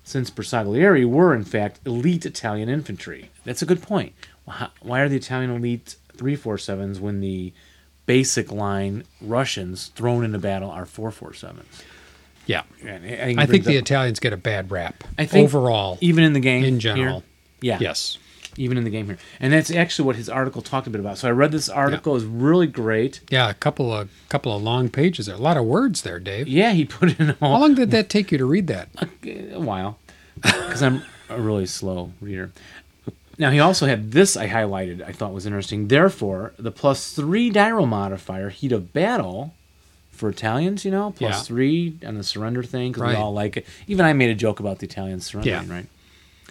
A: since Bersaglieri were, in fact, elite Italian infantry. That's a good point. Why why are the Italian elite 347s when the basic line Russians thrown into battle are 447s?
B: Yeah,
A: And
B: I think the
A: brings up-
B: Italians get a bad rap.
A: I think
B: overall,
A: even in the game
B: in
A: here-
B: general.
A: yeah,
B: yes,
A: even in the game here, and that's actually what his article talked a bit about. So I read this article; it's really great.
B: yeah, a couple of couple of long pages there, a lot of words there, Dave.
A: Yeah, he put in
B: How
A: all
B: long did that take you to read that?
A: a while because I'm a really slow reader. Now he also had this I highlighted. I thought was interesting. Therefore, the plus three diral modifier heat of battle for Italians, you know, plus
B: Yeah.
A: three on the surrender thing because we
B: Right.
A: all like it. Even I made a joke about the Italians surrendering,
B: Yeah.
A: right?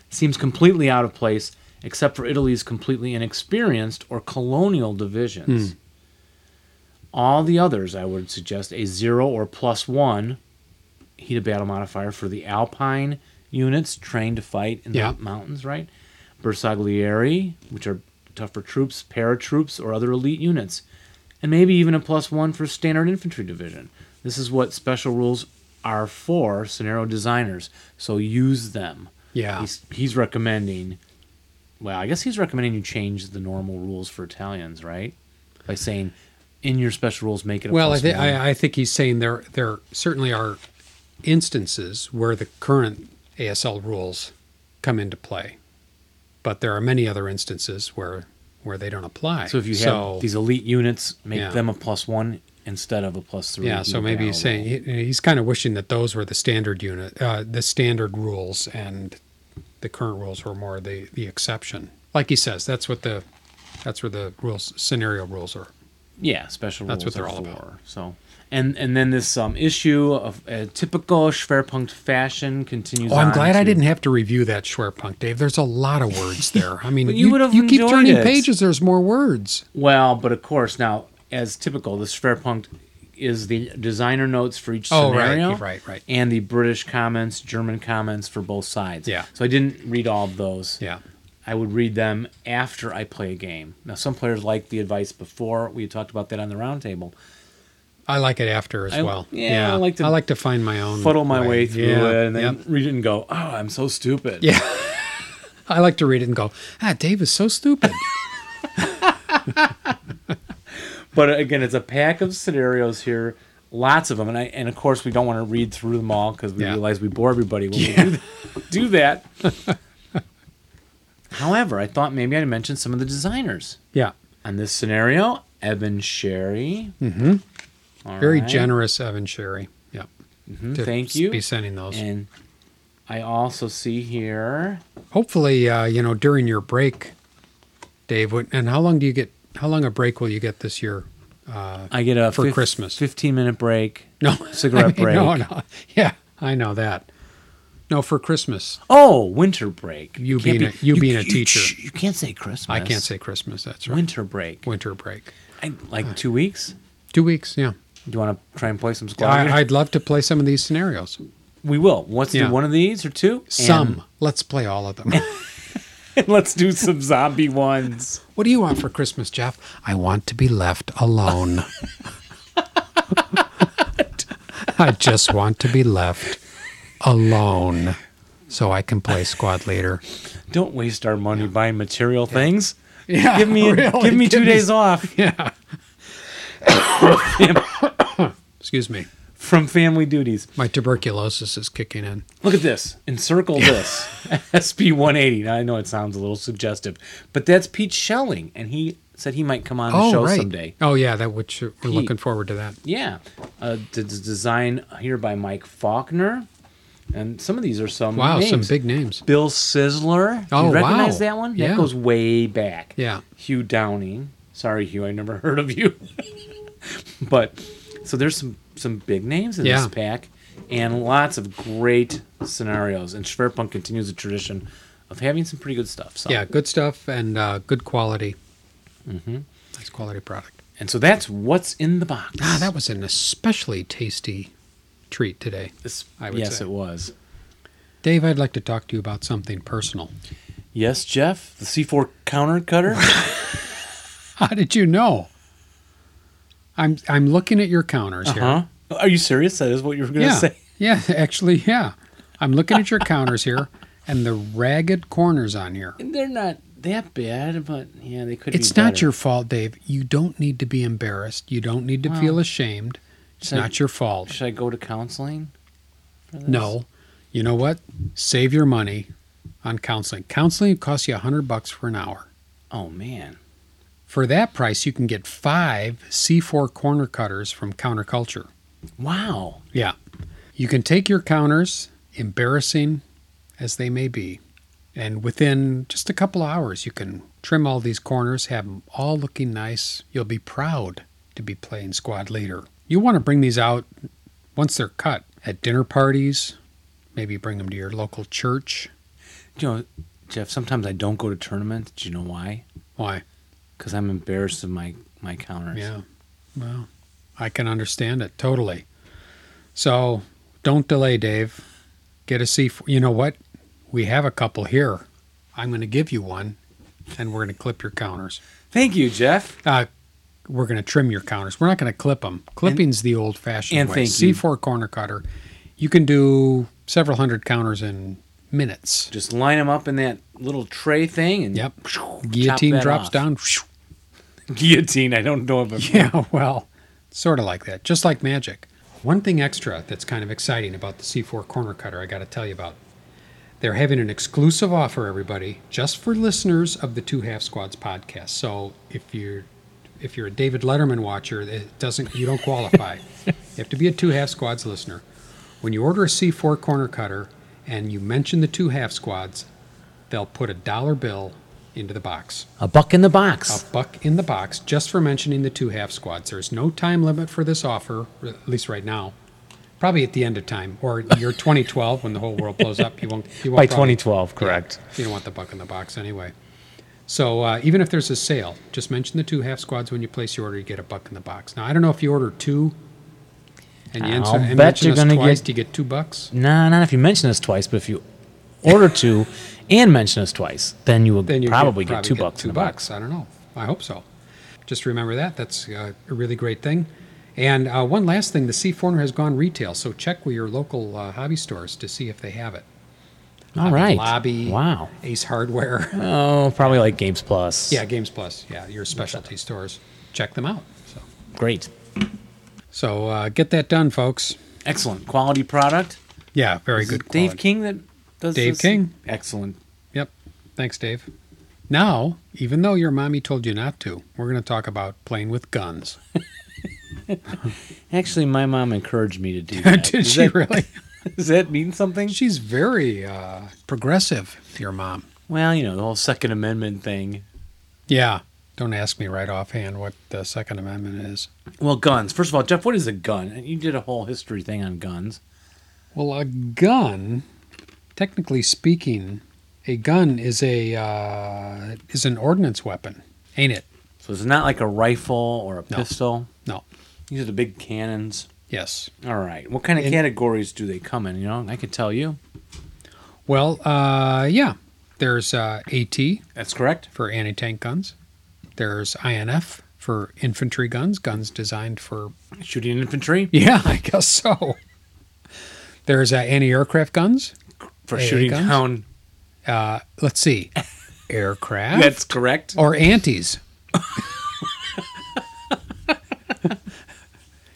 A: Seems completely out of place, except for Italy's completely inexperienced or colonial
B: Hmm.
A: divisions. All the others, I would suggest a zero or plus one heat of battle modifier for the Alpine units trained to fight in
B: Yeah.
A: the mountains, right? Bersaglieri, which are tougher troops, paratroops, or other elite units, and maybe even a plus one for standard infantry division. This is what special rules are for scenario designers, so use them.
B: Yeah,
A: He's, he's recommending, well, I guess he's recommending you change the normal rules for Italians, right? By saying, in your special rules, make it a
B: Well, I,
A: plus
B: th-
A: one.
B: I, I think he's saying there there certainly are instances where the current ASL rules come into play, but there are many other instances where where they don't apply.
A: So if you have
B: So,
A: these elite units, make
B: Yeah.
A: them a plus one instead of a plus three.
B: yeah,
A: if
B: so
A: you
B: maybe
A: have
B: he's
A: a
B: saying
A: roll.
B: he, he's kind of wishing that those were the standard unit, uh, the standard rules, and the current rules were more the the exception. Like he says, that's what the that's where the rules scenario rules are.
A: yeah, special
B: That's
A: rules
B: what they're
A: are
B: all
A: for.
B: about.
A: So and and then this um, issue of uh, typical Schwerpunkt fashion continues.
B: Oh, I'm
A: on
B: glad I
A: to-
B: didn't have to review that Schwerpunk, Dave. There's a lot of words there. I mean,
A: But you would've
B: you keep
A: enjoyed
B: turning
A: it.
B: pages. There's more words.
A: Well, but of course now, as typical, the Schwerpunkt is the designer notes for each
B: Oh, right,
A: scenario,
B: right, right.
A: and the British comments, German comments for both sides.
B: Yeah.
A: So I didn't read all of those.
B: Yeah,
A: I would read them after I play a game. Now, some players like the advice before. We had talked about that on the roundtable.
B: I like it after as
A: I-
B: well.
A: yeah, I like to
B: find my own
A: Fuddle my way through
B: Mm, Yeah,
A: it and then
B: yep.
A: read it and go, oh, I'm so stupid.
B: Yeah. I like to read it and go, ah, Dave is so stupid.
A: But again, it's a pack of scenarios here, lots of them. And, I, and of course, we don't want to read through them all because we
B: Yeah.
A: realize we bore everybody when we do, th- do that. However, I thought maybe I'd mention some of the designers.
B: yeah,
A: On this scenario, Evan Sherry. Mm-hmm.
B: very generous, Evan Sherry. Yeah, to
A: Thank
B: s-
A: you.
B: Be sending those.
A: And I also see here
B: Hopefully, uh, you know, during your break, Dave. Would, and how long do you get? How long a break will you get this year?
A: I get a
B: for Christmas.
A: fifteen minute break.
B: No
A: Cigarette
B: I mean,
A: break.
B: No, no. Yeah, I know that. No, for Christmas.
A: Oh, winter break.
B: You
A: can't
B: being a- you being a
A: shh,
B: teacher.
A: you can't say Christmas.
B: I can't say Christmas. That's right.
A: winter break.
B: Winter break.
A: I, like two weeks.
B: Two weeks. Yeah.
A: Do you want to try and play some squad?
B: I, I'd love to play some of these scenarios.
A: we will. Let's
B: Yeah.
A: do one of these or two. and-
B: Some. Let's play all of them.
A: And let's do some zombie ones.
B: what do you want for Christmas, Jeff? I want to be left alone. I just want to be left alone so I can play squad leader.
A: Don't waste our money buying material things.
B: Yeah,
A: Give me
B: really,
A: give me two
B: give me-
A: days off
B: Yeah. Excuse me.
A: from family duties.
B: My tuberculosis is kicking in.
A: Look at this. Encircle this. SB 180. Now, I know it sounds a little suggestive, but that's Pete Schelling, and he said he might come on the show someday.
B: Oh yeah, that which we're
A: Pete.
B: looking forward to that.
A: Yeah. Uh, the, the design here by Mike Faulkner. And some of these are some
B: Wow,
A: names.
B: some big names.
A: Bill Sizzler. Do
B: Oh,
A: you recognize
B: wow.
A: that one?
B: Yeah.
A: That goes way back.
B: Yeah.
A: Hugh Downing. Sorry, Hugh, I never heard of you. but so there's some some big names in
B: Yeah.
A: this pack and lots of great scenarios. And Schwerpunk continues a tradition of having some pretty good stuff. So
B: Yeah, good stuff and uh, good quality. Mm-hmm. Nice quality product.
A: and so that's what's in the box.
B: Ah, that was an especially tasty treat today,
A: This-
B: I would
A: yes,
B: say.
A: it was.
B: Dave. I'd like to talk to you about something personal.
A: Yes, Jeff, the C4 counter cutter.
B: How did you know? I'm I'm looking at your counters here.
A: huh? Are you serious? That is what you were going to
B: yeah.
A: Uh-huh. say.
B: Yeah, actually, yeah. I'm looking at your counters here and the ragged corners on here.
A: They're not that bad, but yeah, they could.
B: It's
A: be
B: not
A: better.
B: your fault, Dave. You don't need to be embarrassed. You don't need to feel ashamed. It's
A: so-
B: not your fault.
A: Should I go to counseling?
B: No. You know what? Save your money on counseling. Counseling costs you a 100 bucks for an hour.
A: Oh man,
B: For that price, you can get 5 C4 corner cutters from Counterculture.
A: wow.
B: Yeah. You can take your counters, embarrassing as they may be, and within just a couple of hours, you can trim all these corners, have them all looking nice. You'll be proud to be playing squad leader. You want to bring these out once they're cut at dinner parties, maybe bring them to your local church.
A: You know, Jeff. Sometimes I don't go to tournaments. Do you know why?
B: Why?
A: Because I'm embarrassed of my my counters.
B: Yeah. Well, I can understand it totally. So don't delay, Dave. Get a C4. You know what? We have a couple here. I'm going to give you one, and we're going to clip your counters.
A: Thank you, Jeff.
B: Uh, we're going to trim your counters. We're not going to clip them. Clipping's the old fashioned
A: and
B: way.
A: thank you.
B: C4 corner cutter. You can do several hundred counters in minutes.
A: Just line them up in that little tray thing, and
B: Yep.
A: chop
B: Guillotine
A: that
B: drops
A: off.
B: down.
A: Guillotine. I don't know if I'm
B: Yeah, well, sort of like that, just like magic. One thing extra that's kind of exciting about the C4 corner cutter I got to tell you about. They're having an exclusive offer everybody just for listeners of the Two Half Squads podcast. So, if you're if you're a David Letterman watcher, it doesn't you don't qualify. you have to be a Two Half Squads listener. When you order a C4 corner cutter and you mention the Two Half Squads, they'll put a dollar bill into the box.
A: a buck in the box.
B: A buck in the box just for mentioning the two half squads. There's no time limit for this offer, or at least right now. Probably at the end of time or year 2012 when the whole world blows up. You won't. You won't
A: By
B: probably-
A: 2012, correct.
B: You don't want the buck in the box anyway. So uh, even if there's a sale, just mention the two half squads when you place your order. You get a buck in the box. Now I don't know if you order two. And you
A: I'll
B: answer,
A: bet
B: and mention
A: you're
B: us
A: gonna
B: twice,
A: get-
B: do you get two bucks?
A: Nah, not if you mention us twice, but if you order two and mention us twice, then you will
B: Then you
A: probably get two bucks
B: Two
A: in the box.
B: bucks. I don't know. I hope so. Just remember that. That's uh, a really great thing. And uh, one last thing: the C Forner has gone retail, so check with your local uh, hobby stores to see if they have it.
A: All right.
B: Lobby.
A: Wow.
B: Ace Hardware.
A: Oh, probably like Games Plus.
B: yeah, Games Plus. Yeah, your specialty stores. Check them out. So,
A: Great.
B: so uh, get that done, folks.
A: Excellent quality product.
B: Yeah, very
A: Is it
B: good. Quality.
A: Dave King that does
B: Dave
A: this?
B: King.
A: Excellent.
B: Yep. Thanks, Dave. Now, even though your mommy told you not to, we're going to talk about playing with guns.
A: Actually, my mom encouraged me to do that.
B: Did
A: Does
B: she
A: that-
B: really?
A: Does that mean something?
B: She's very uh, progressive, your mom.
A: Well, you know the whole Second Amendment thing.
B: Yeah. Don't ask me right offhand what the Second Amendment is.
A: Well, guns. First of all, Jeff, what is a gun? And You did a whole history thing on guns.
B: Well, a gun, technically speaking, a gun is a uh, is an ordnance weapon, ain't it?
A: So it's not like a rifle or a
B: No.
A: pistol.
B: No.
A: These are the big cannons.
B: Yes.
A: All right. What kind of
B: And-
A: categories do they come in? You know, I could tell you.
B: Well, uh, yeah. There's uh, AT
A: That's correct.
B: for anti-tank guns. There's INF for infantry guns, guns designed for
A: Shooting infantry
B: yeah, I guess so. There's uh, anti-aircraft guns.
A: for
B: AA
A: shooting
B: guns?
A: down.
B: Uh, let's see, aircraft
A: That's correct.
B: or antis.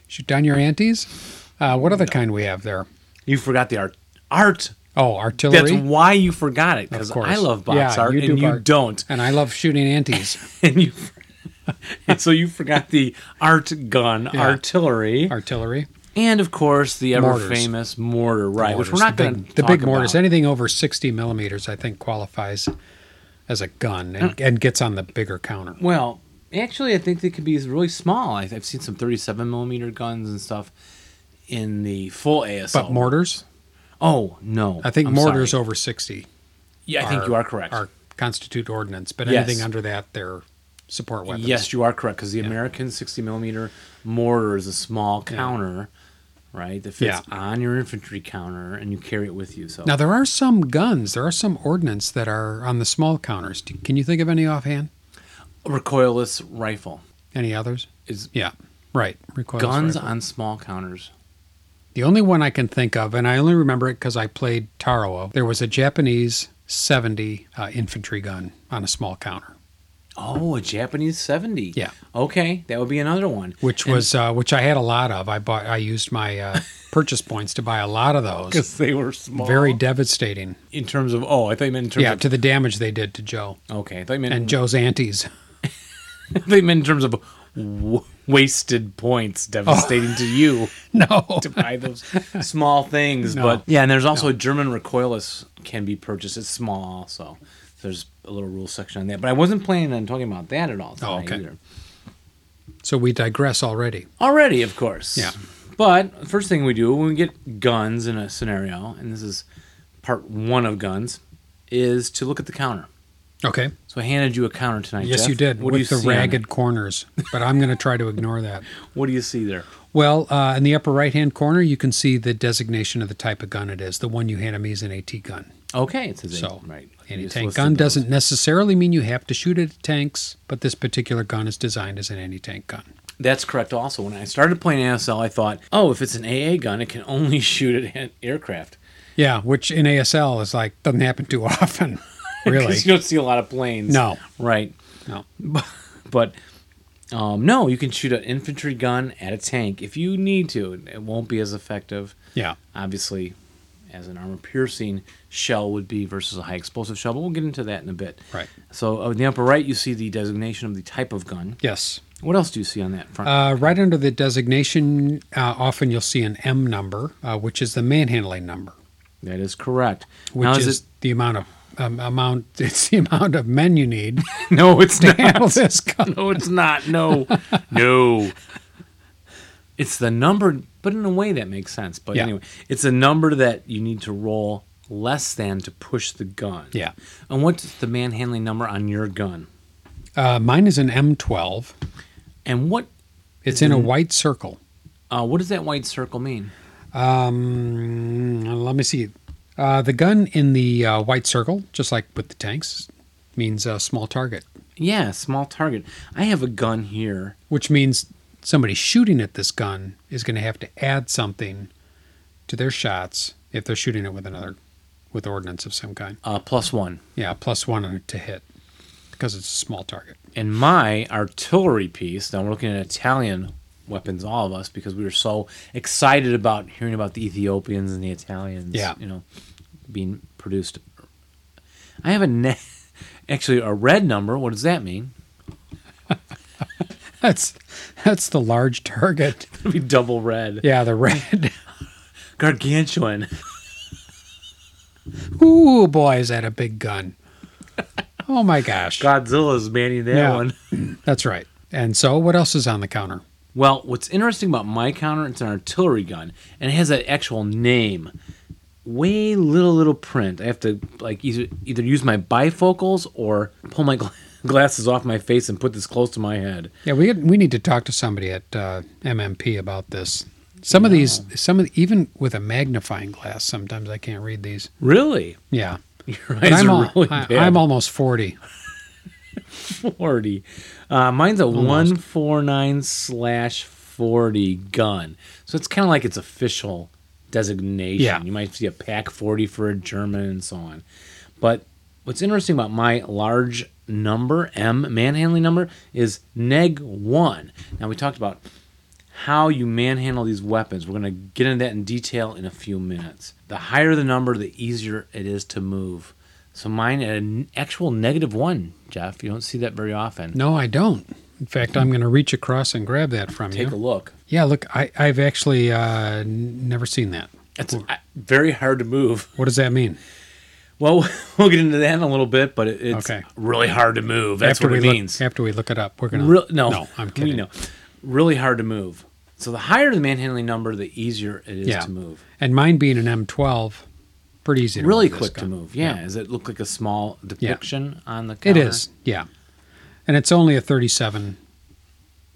B: Shoot down your antis. Uh, what other kind we have there?
A: You forgot the art. Art.
B: Oh,
A: That's
B: artillery.
A: why you forgot it because
B: Of course.
A: I love box
B: Yeah,
A: art
B: you do
A: and you
B: box-
A: don't.
B: and I love shooting antis.
A: And you. and so you forgot the art gun,
B: Yeah.
A: artillery,
B: artillery.
A: and of course the ever
B: Mortars.
A: famous mortar, right?
B: mortars,
A: which we're not
B: the
A: going
B: big-
A: to
B: the big mortars.
A: About.
B: Anything over sixty millimeters, I think, qualifies as a gun and,
A: Mm.
B: and gets on the bigger counter.
A: Well, actually, I think they could be really small. I- I've seen some 37 millimeter guns and stuff in the full ASL.
B: But mortars,
A: Oh no!
B: I think
A: I'm
B: mortars
A: sorry.
B: over sixty.
A: Yeah, I think you are correct.
B: Are constitute ordnance, but
A: Yes.
B: anything under that, they're support weapons.
A: Yes, you are correct because the American 60 millimeter mortar is a small counter, right? That fits
B: Yeah.
A: on your infantry counter and you carry it with you. So
B: Now there are some guns, there are some ordnance that are on the small counters. Do- Can you think of any offhand?
A: a recoilless rifle
B: Any others?
A: is
B: Yeah, right. Recoilless
A: guns
B: rifle.
A: on small counters.
B: The only one I can think of, and I only remember it because I played Tarawa. There was a Japanese seventy uh, infantry gun on a small counter,
A: Oh, a Japanese 70.
B: Yeah.
A: Okay, that would be another one.
B: which was uh, which I had a lot of. I bought, I used my uh, purchase points to buy a lot of those.
A: because they were small.
B: Very devastating.
A: in terms of oh, I thought you meant in terms
B: Yeah,
A: of
B: to the damage they did to Joe
A: okay. I thought you meant
B: and Joe's aunties.
A: I thought you meant in terms of w- wasted points devastating to you.
B: No,
A: to buy those small things.
B: No.
A: But yeah, and there's also a German recoilless can be purchased. It's small, so there's a little rule section on that. But I wasn't planning on talking about that at all.
B: Oh,
A: tonight
B: okay.
A: either.
B: so we digress already.
A: Already, of course.
B: Yeah.
A: But the first thing we do when we get guns in a scenario, and this is part one of guns, is to look at the counter.
B: Okay.
A: So I handed you a counter tonight.
B: Yes,
A: Jeff.
B: you did
A: What do you
B: with
A: see? on
B: the
A: it?
B: ragged corners, but I'm going to try to ignore that.
A: What do you see there?
B: Well, uh, in the upper right-hand corner, you can see the designation of the type of gun it is. The one you handed me is an AT gun.
A: Okay, it's a
B: So,
A: right. Let me
B: Any
A: just
B: tank
A: listed
B: gun
A: those.
B: doesn't necessarily mean you have to shoot it at tanks, but this particular gun is designed as an anti-tank gun.
A: That's correct. Also, when I started playing ASL, I thought, oh, if it's an AA gun, it can only shoot at an aircraft.
B: Yeah, which in ASL is like doesn't happen too often, really.
A: 'Cause you don't see a lot of planes.
B: No.
A: Right.
B: No.
A: But um, no, you can shoot an infantry gun at a tank if you need to. It won't be as effective,
B: Yeah.
A: obviously, as an armor piercing shell would be versus a high explosive shell, but we'll get into that in a bit.
B: Right.
A: So, uh, in the upper right, you see the designation of the type of gun.
B: Yes.
A: What else do you see on that front?
B: Uh, right under the designation, uh, often you'll see an M number, uh, which is the manhandling number.
A: that is correct.
B: which
A: Now,
B: is, the amount of um, amount it's the amount of men you need
A: it, no, it's
B: to
A: not.
B: handle this gun.
A: No, it's not. No, no. It's the number, but in a way that makes sense. But
B: Yeah.
A: anyway, it's a number that you need to roll less than to push the gun.
B: Yeah.
A: And what's the manhandling number on your gun?
B: Uh, mine is an M12.
A: And what
B: It's in a white circle.
A: uh, what does that white circle mean?
B: Um, let me see. Uh, the gun in the uh, white circle, just like with the tanks, means a small target,
A: Yeah, small target. I have a gun here.
B: which means somebody shooting at this gun is going to have to add something to their shots if they're shooting it with another with ordnance of some kind.
A: Uh, plus one.
B: Yeah, plus one to hit because it's a small target.
A: in my artillery piece, now we're looking at Italian weapons, all of us, because we were so excited about hearing about the Ethiopians and the Italians,
B: Yeah.
A: you know, being produced. I have a ne- actually a red number. What does that mean?
B: That's that's the large target.
A: It'll be double red,
B: Yeah, the red.
A: gargantuan.
B: Ooh, boy, is that a big gun? Oh my gosh.
A: Godzilla's manning that
B: Yeah.
A: one.
B: That's right. And so, what else is on the counter?
A: Well, what's interesting about my counter, it's an artillery gun, and it has an actual name. Way little little print. I have to like either, either use my bifocals or pull my gla- glasses off my face and put this close to my head.
B: Yeah, we we need to talk to somebody at uh, MMP about this. Some of these, some of even with a magnifying glass, sometimes I can't read these.
A: Really?
B: Yeah,
A: Your
B: But
A: eyes
B: I'm,
A: are
B: al-
A: really
B: I,
A: bad.
B: am almost forty.
A: 40. Uh, mine's a 149 slash 40 gun. So it's kind of like its official designation.
B: Yeah.
A: You might see a PAC 40 for a German and so on. But what's interesting about my large number, M manhandling number, is neg 1. Now, we talked about how you manhandle these weapons. We're going to get into that in detail in a few minutes. The higher the number, the easier it is to move. So mine at an actual negative one, Jeff. You don't see that very often.
B: No, I don't. In fact, I'm going to reach across and grab that from
A: Take a
B: you.
A: look.
B: yeah, look, I, I've actually uh, n- never seen that.
A: It's uh, very hard to move.
B: What does that mean?
A: Well, we'll get into that in a little bit, but it, it's
B: Okay.
A: really hard to move. That's
B: after
A: what it
B: we
A: means.
B: Look, after we look it up, we're gonna.
A: Real, no,
B: I'm
A: we
B: kidding.
A: know. Really hard to move. So the higher the manhandling number, the easier it is
B: Yeah.
A: to move.
B: And mine being an M12, pretty easy. To
A: Really
B: move this
A: quick to
B: gun.
A: move. Yeah. Does it look like a small depiction on the
B: It
A: counter?
B: is, yeah. And it's only a 37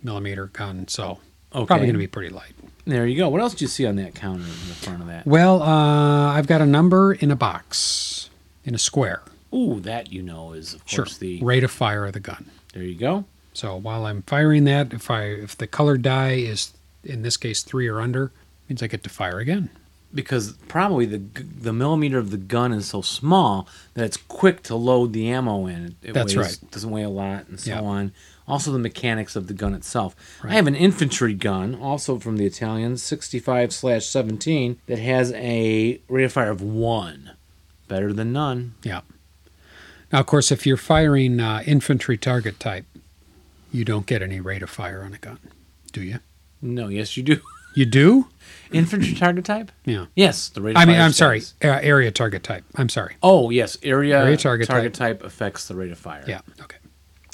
B: millimeter gun, so
A: Okay.
B: probably going to be pretty light.
A: There you go. What else do you see on that counter in the front of that?
B: Well, uh, I've got a number in a box, in a square.
A: Ooh, that you know is of
B: Sure.
A: course the.
B: Rate of fire of the gun.
A: There you go.
B: So while I'm firing that, if I if the colored die is in this case three or under, means I get to fire again.
A: because probably the g- the millimeter of the gun is so small that it's quick to load the ammo in. It, it
B: That's
A: weighs,
B: right.
A: Doesn't weigh a lot and so
B: Yeah.
A: on. Also the mechanics of the gun itself. I have an infantry gun, also from the Italians, 65 slash 17, that has a rate of fire of one. Better than none.
B: Yeah. Now, of course, if you're firing uh, infantry target type, you don't get any rate of fire on a gun, do you?
A: No, yes you do.
B: You do?
A: infantry target type?
B: Yeah.
A: Yes, the rate. Of
B: I mean,
A: fire
B: I'm sorry,
A: stays.
B: uh, area target type. I'm sorry.
A: Oh yes, area,
B: Area
A: target,
B: target
A: type. affects the rate of fire.
B: Yeah. Okay.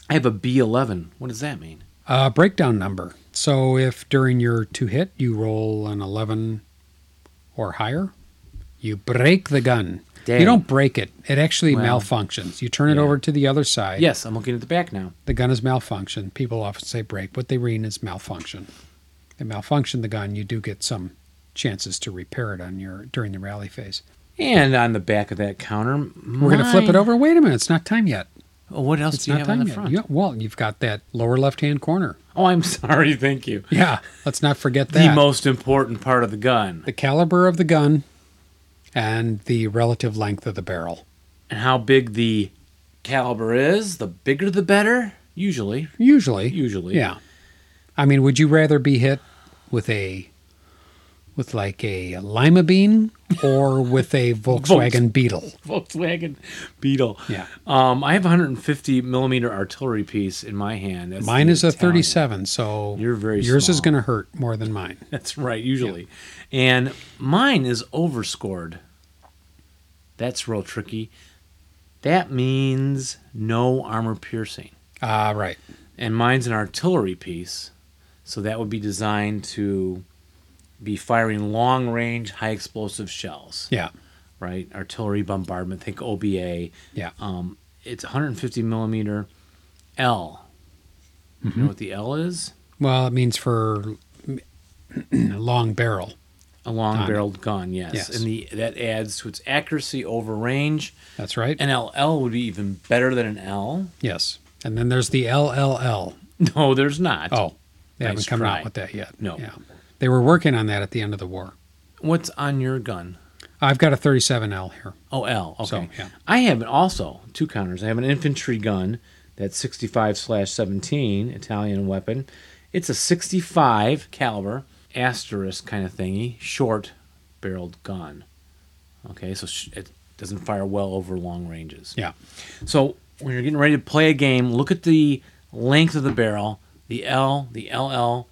A: I have a B11. What does that mean?
B: Uh, breakdown number. So if during your two hit you roll an 11 or higher, you break the gun.
A: Dang.
B: You don't break it. It actually
A: Well,
B: malfunctions. You turn it
A: yeah.
B: over to the other side.
A: Yes, I'm looking at the back now.
B: The gun is malfunctioned. People often say break. What they mean is malfunction. They malfunction the gun. You do get some chances to repair it on your during the rally phase.
A: And on the back of that counter,
B: We're going to flip it over. Wait a minute. It's not time yet.
A: Oh, what else
B: It's
A: do you
B: not
A: have on
B: time
A: the
B: yet.
A: front?
B: Yeah, well, you've got that lower left-hand corner.
A: Oh, I'm sorry. Thank you.
B: Yeah, let's not forget that.
A: The most important part of the gun
B: the caliber of the gun and the relative length of the barrel.
A: and how big the caliber is. The bigger, the better. Usually,
B: Usually.
A: usually.
B: Yeah. I mean, would you rather be hit with a with like a lima bean or with a Volkswagen Beetle?
A: Volkswagen Beetle.
B: Yeah.
A: Um, I have a 150 millimeter artillery piece in my hand. That's
B: Mine
A: the
B: is a
A: Italian.
B: 37, so
A: You're very
B: yours is
A: small.
B: going to hurt more than mine.
A: That's right. Usually, and mine is overscored. That's real tricky. That means no armor piercing.
B: Ah, right.
A: and mine's an artillery piece, so that would be designed to be firing long range, high explosive shells,
B: Yeah.
A: right? Artillery bombardment, think OBA.
B: Yeah.
A: Um, it's 150 millimeter L. You know what the L is?
B: Well, it means for long barrel.
A: A long barreled gun, yes.
B: Yes.
A: And the, that adds to its accuracy over range.
B: That's right.
A: An LL would be even better than an L.
B: yes. And then there's the LLL.
A: No, there's not.
B: Oh, they
A: Nice
B: haven't come
A: try.
B: out with that yet.
A: No.
B: Yeah. They were working on that at the end of the war.
A: What's on your gun?
B: I've got a 37L here.
A: Oh, L. Okay.
B: So, yeah.
A: I have also two counters. I have an infantry gun that's 65 slash 17 Italian weapon. It's a 65 caliber asterisk kind of thingy, short barreled gun. Okay, so sh- it doesn't fire well over long ranges.
B: Yeah.
A: So when you're getting ready to play a game, look at the length of the barrel. The L, the LL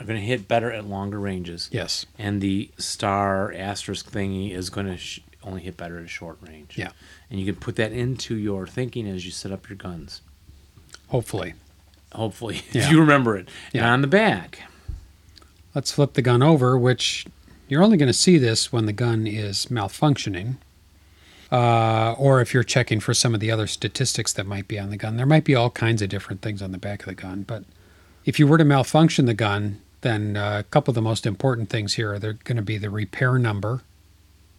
A: are going to hit better at longer ranges
B: Yes.
A: and the star asterisk thingy is going to sh- only hit better at short range.
B: Yeah.
A: And you can put that into your thinking as you set up your guns.
B: Hopefully.
A: Hopefully, if
B: Yeah.
A: you remember it. And
B: Yeah.
A: on the back,
B: Let's flip the gun over, which you're only going to see this when the gun is malfunctioning. Uh, or if you're checking for some of the other statistics that might be on the gun, there might be all kinds of different things on the back of the gun. But if you were to malfunction the gun, then uh, a couple of the most important things here are going to be the repair number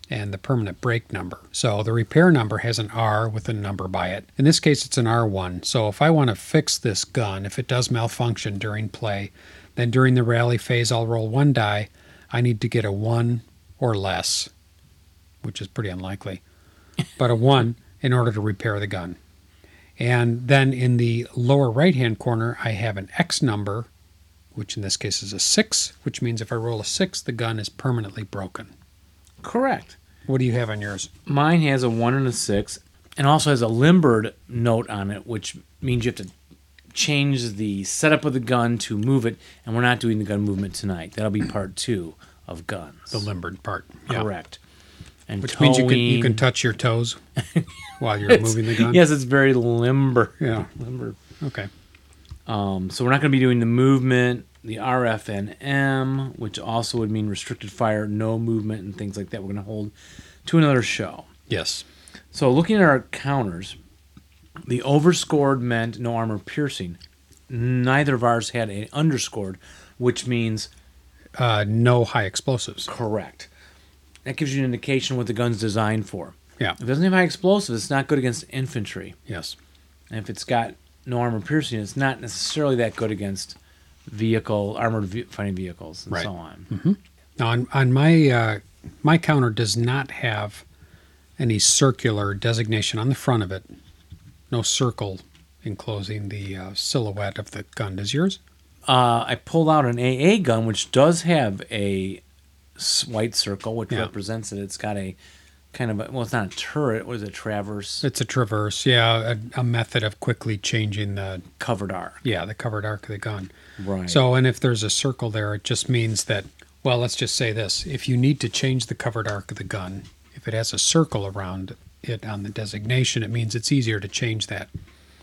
B: and the permanent brake number. So the repair number has an R with a number by it. In this case, it's an R1. So if I want to fix this gun, if it does malfunction during play, then during the rally phase, I'll roll one die. I need to get a one or less, which is pretty unlikely, but a one in order to repair the gun. And then in the lower right hand corner, I have an X number, which in this case is a six, which means if I roll a six, the gun is permanently broken.
A: correct.
B: What do you have on yours?
A: Mine has a one and a six, and also has a limbered note on it, which means you have to change the setup of the gun to move it. And we're not doing the gun movement tonight. That'll be part two of guns.
B: the limbered part.
A: Correct. And
B: Which means you can you
A: towing-
B: can touch your toes while you're moving the gun.
A: Yes, it's very limber.
B: Yeah.
A: limber.
B: Okay.
A: Um, so we're not going to be doing the movement, the RFNM, which also would mean restricted fire, no movement, and things like that. We're going to hold to another show.
B: Yes.
A: So looking at our counters, the overscored meant no armor piercing. Neither of ours had an underscored, which means
B: Uh, no high explosives.
A: correct. That gives you an indication what the gun's designed for.
B: Yeah.
A: If it doesn't have high explosives, it's not good against infantry.
B: Yes.
A: And if it's got no armor piercing, it's not necessarily that good against vehicle armored ve- fighting vehicles and
B: Right.
A: so on.
B: Now on on my uh, my counter does not have any circular designation on the front of it. No circle enclosing the uh, silhouette of the gun. Does yours?
A: Uh, I pulled out an AA gun, which does have a s- white circle, which
B: Yeah.
A: represents it. It's got a kind of a, well, it's not a turret. What is it? Traverse
B: It's a traverse. Yeah, a, a method of quickly changing the
A: covered arc.
B: yeah the covered arc of the gun.
A: Right.
B: So, and if there's a circle there, it just means that, well, let's just say this. If you need to change the covered arc of the gun, if it has a circle around it on the designation, it means it's easier to change that,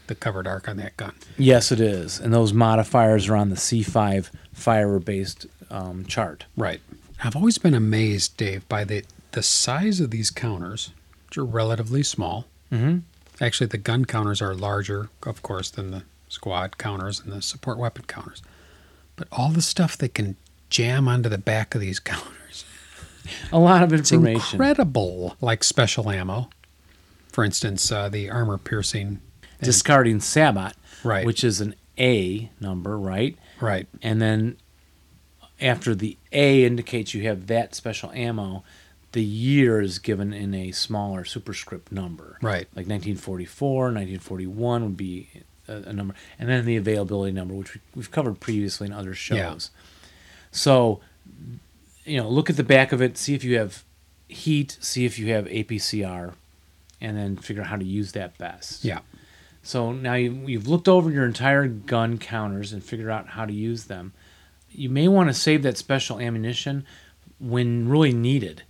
B: the covered arc on that gun.
A: yes, it is. And those modifiers are on the C5 fire based um, chart.
B: Right. I've always been amazed, Dave, by the, the size of these counters, which are relatively small.
A: Mhm.
B: Actually, the gun counters are larger, of course, than the squad counters and the support weapon counters. But all the stuff they can jam onto the back of these counters.
A: A lot of
B: It's
A: information.
B: incredible. Like special ammo, for instance, uh, the armor piercing.
A: Discarding Sabot,
B: Right.
A: which is an A number, right?
B: Right.
A: and then after the A indicates you have that special ammo, the year is given in a smaller superscript number.
B: Right.
A: Like 1944, 1941 would be a, a number, and then the availability number, which we, we've covered previously in other shows.
B: Yeah.
A: So, you know, look at the back of it, see if you have heat, see if you have APCR, and then figure out how to use that best.
B: Yeah.
A: So now you, you've looked over your entire gun counters and figured out how to use them. You may want to save that special ammunition when really needed.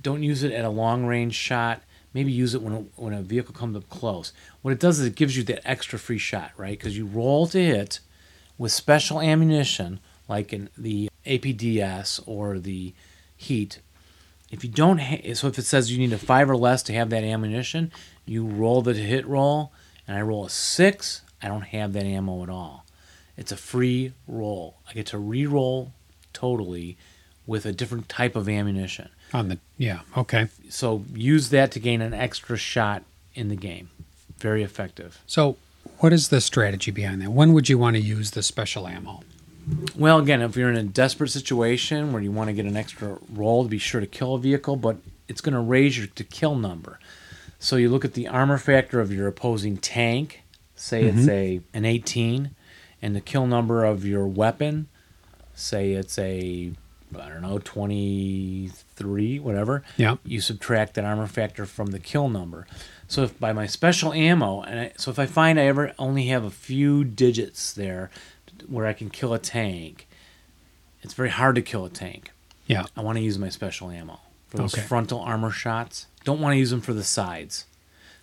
A: Don't use it at a long range shot. Maybe use it when a, when a vehicle comes up close. What it does is it gives you that extra free shot, right? Because you roll to hit with special ammunition, like in the APDS or the heat. If you don't, ha- so if it says you need a five or less to have that ammunition, you roll the hit roll, and I roll a six. I don't have that ammo at all. It's a free roll. I get to re-roll totally with a different type of ammunition.
B: On the yeah. Okay.
A: So use that to gain an extra shot in the game. Very effective.
B: So, what is the strategy behind that? When would you want to use the special ammo?
A: Well, again, if you're in a desperate situation where you want to get an extra roll to be sure to kill a vehicle, but it's going to raise your to kill number. So you look at the armor factor of your opposing tank, say it's a an 18, and the kill number of your weapon, say it's a I don't know 23, whatever.
B: Yeah.
A: You subtract that armor factor from the kill number. So if by my special ammo, and I, so if I find I ever only have a few digits there, where I can kill a tank. It's very hard to kill a tank.
B: Yeah.
A: I want to use my special ammo for those
B: Okay.
A: frontal armor shots. don't want to use them for the sides.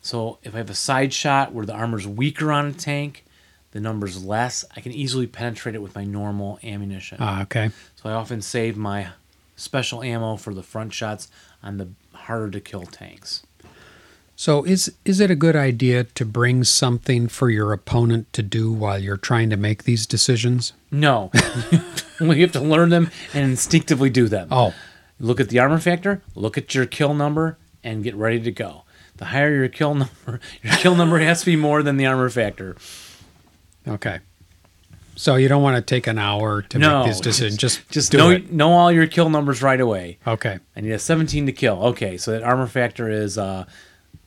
A: So if I have a side shot where the armor's weaker on a tank, the number's less, I can easily penetrate it with my normal ammunition.
B: Ah, okay.
A: So I often save my special ammo for the front shots on the harder to kill tanks.
B: So is is it a good idea to bring something for your opponent to do while you're trying to make these decisions?
A: No. well, you have to learn them and instinctively do them.
B: Oh,
A: Look at the armor factor, look at your kill number, and get ready to go. The higher your kill number, your kill number has to be more than the armor factor.
B: okay. So you don't want to take an hour to
A: No,
B: make these decisions. Just
A: Just
B: do
A: know,
B: it.
A: know all your kill numbers right away.
B: Okay.
A: I need a 17 to kill. Okay, so that armor factor is uh,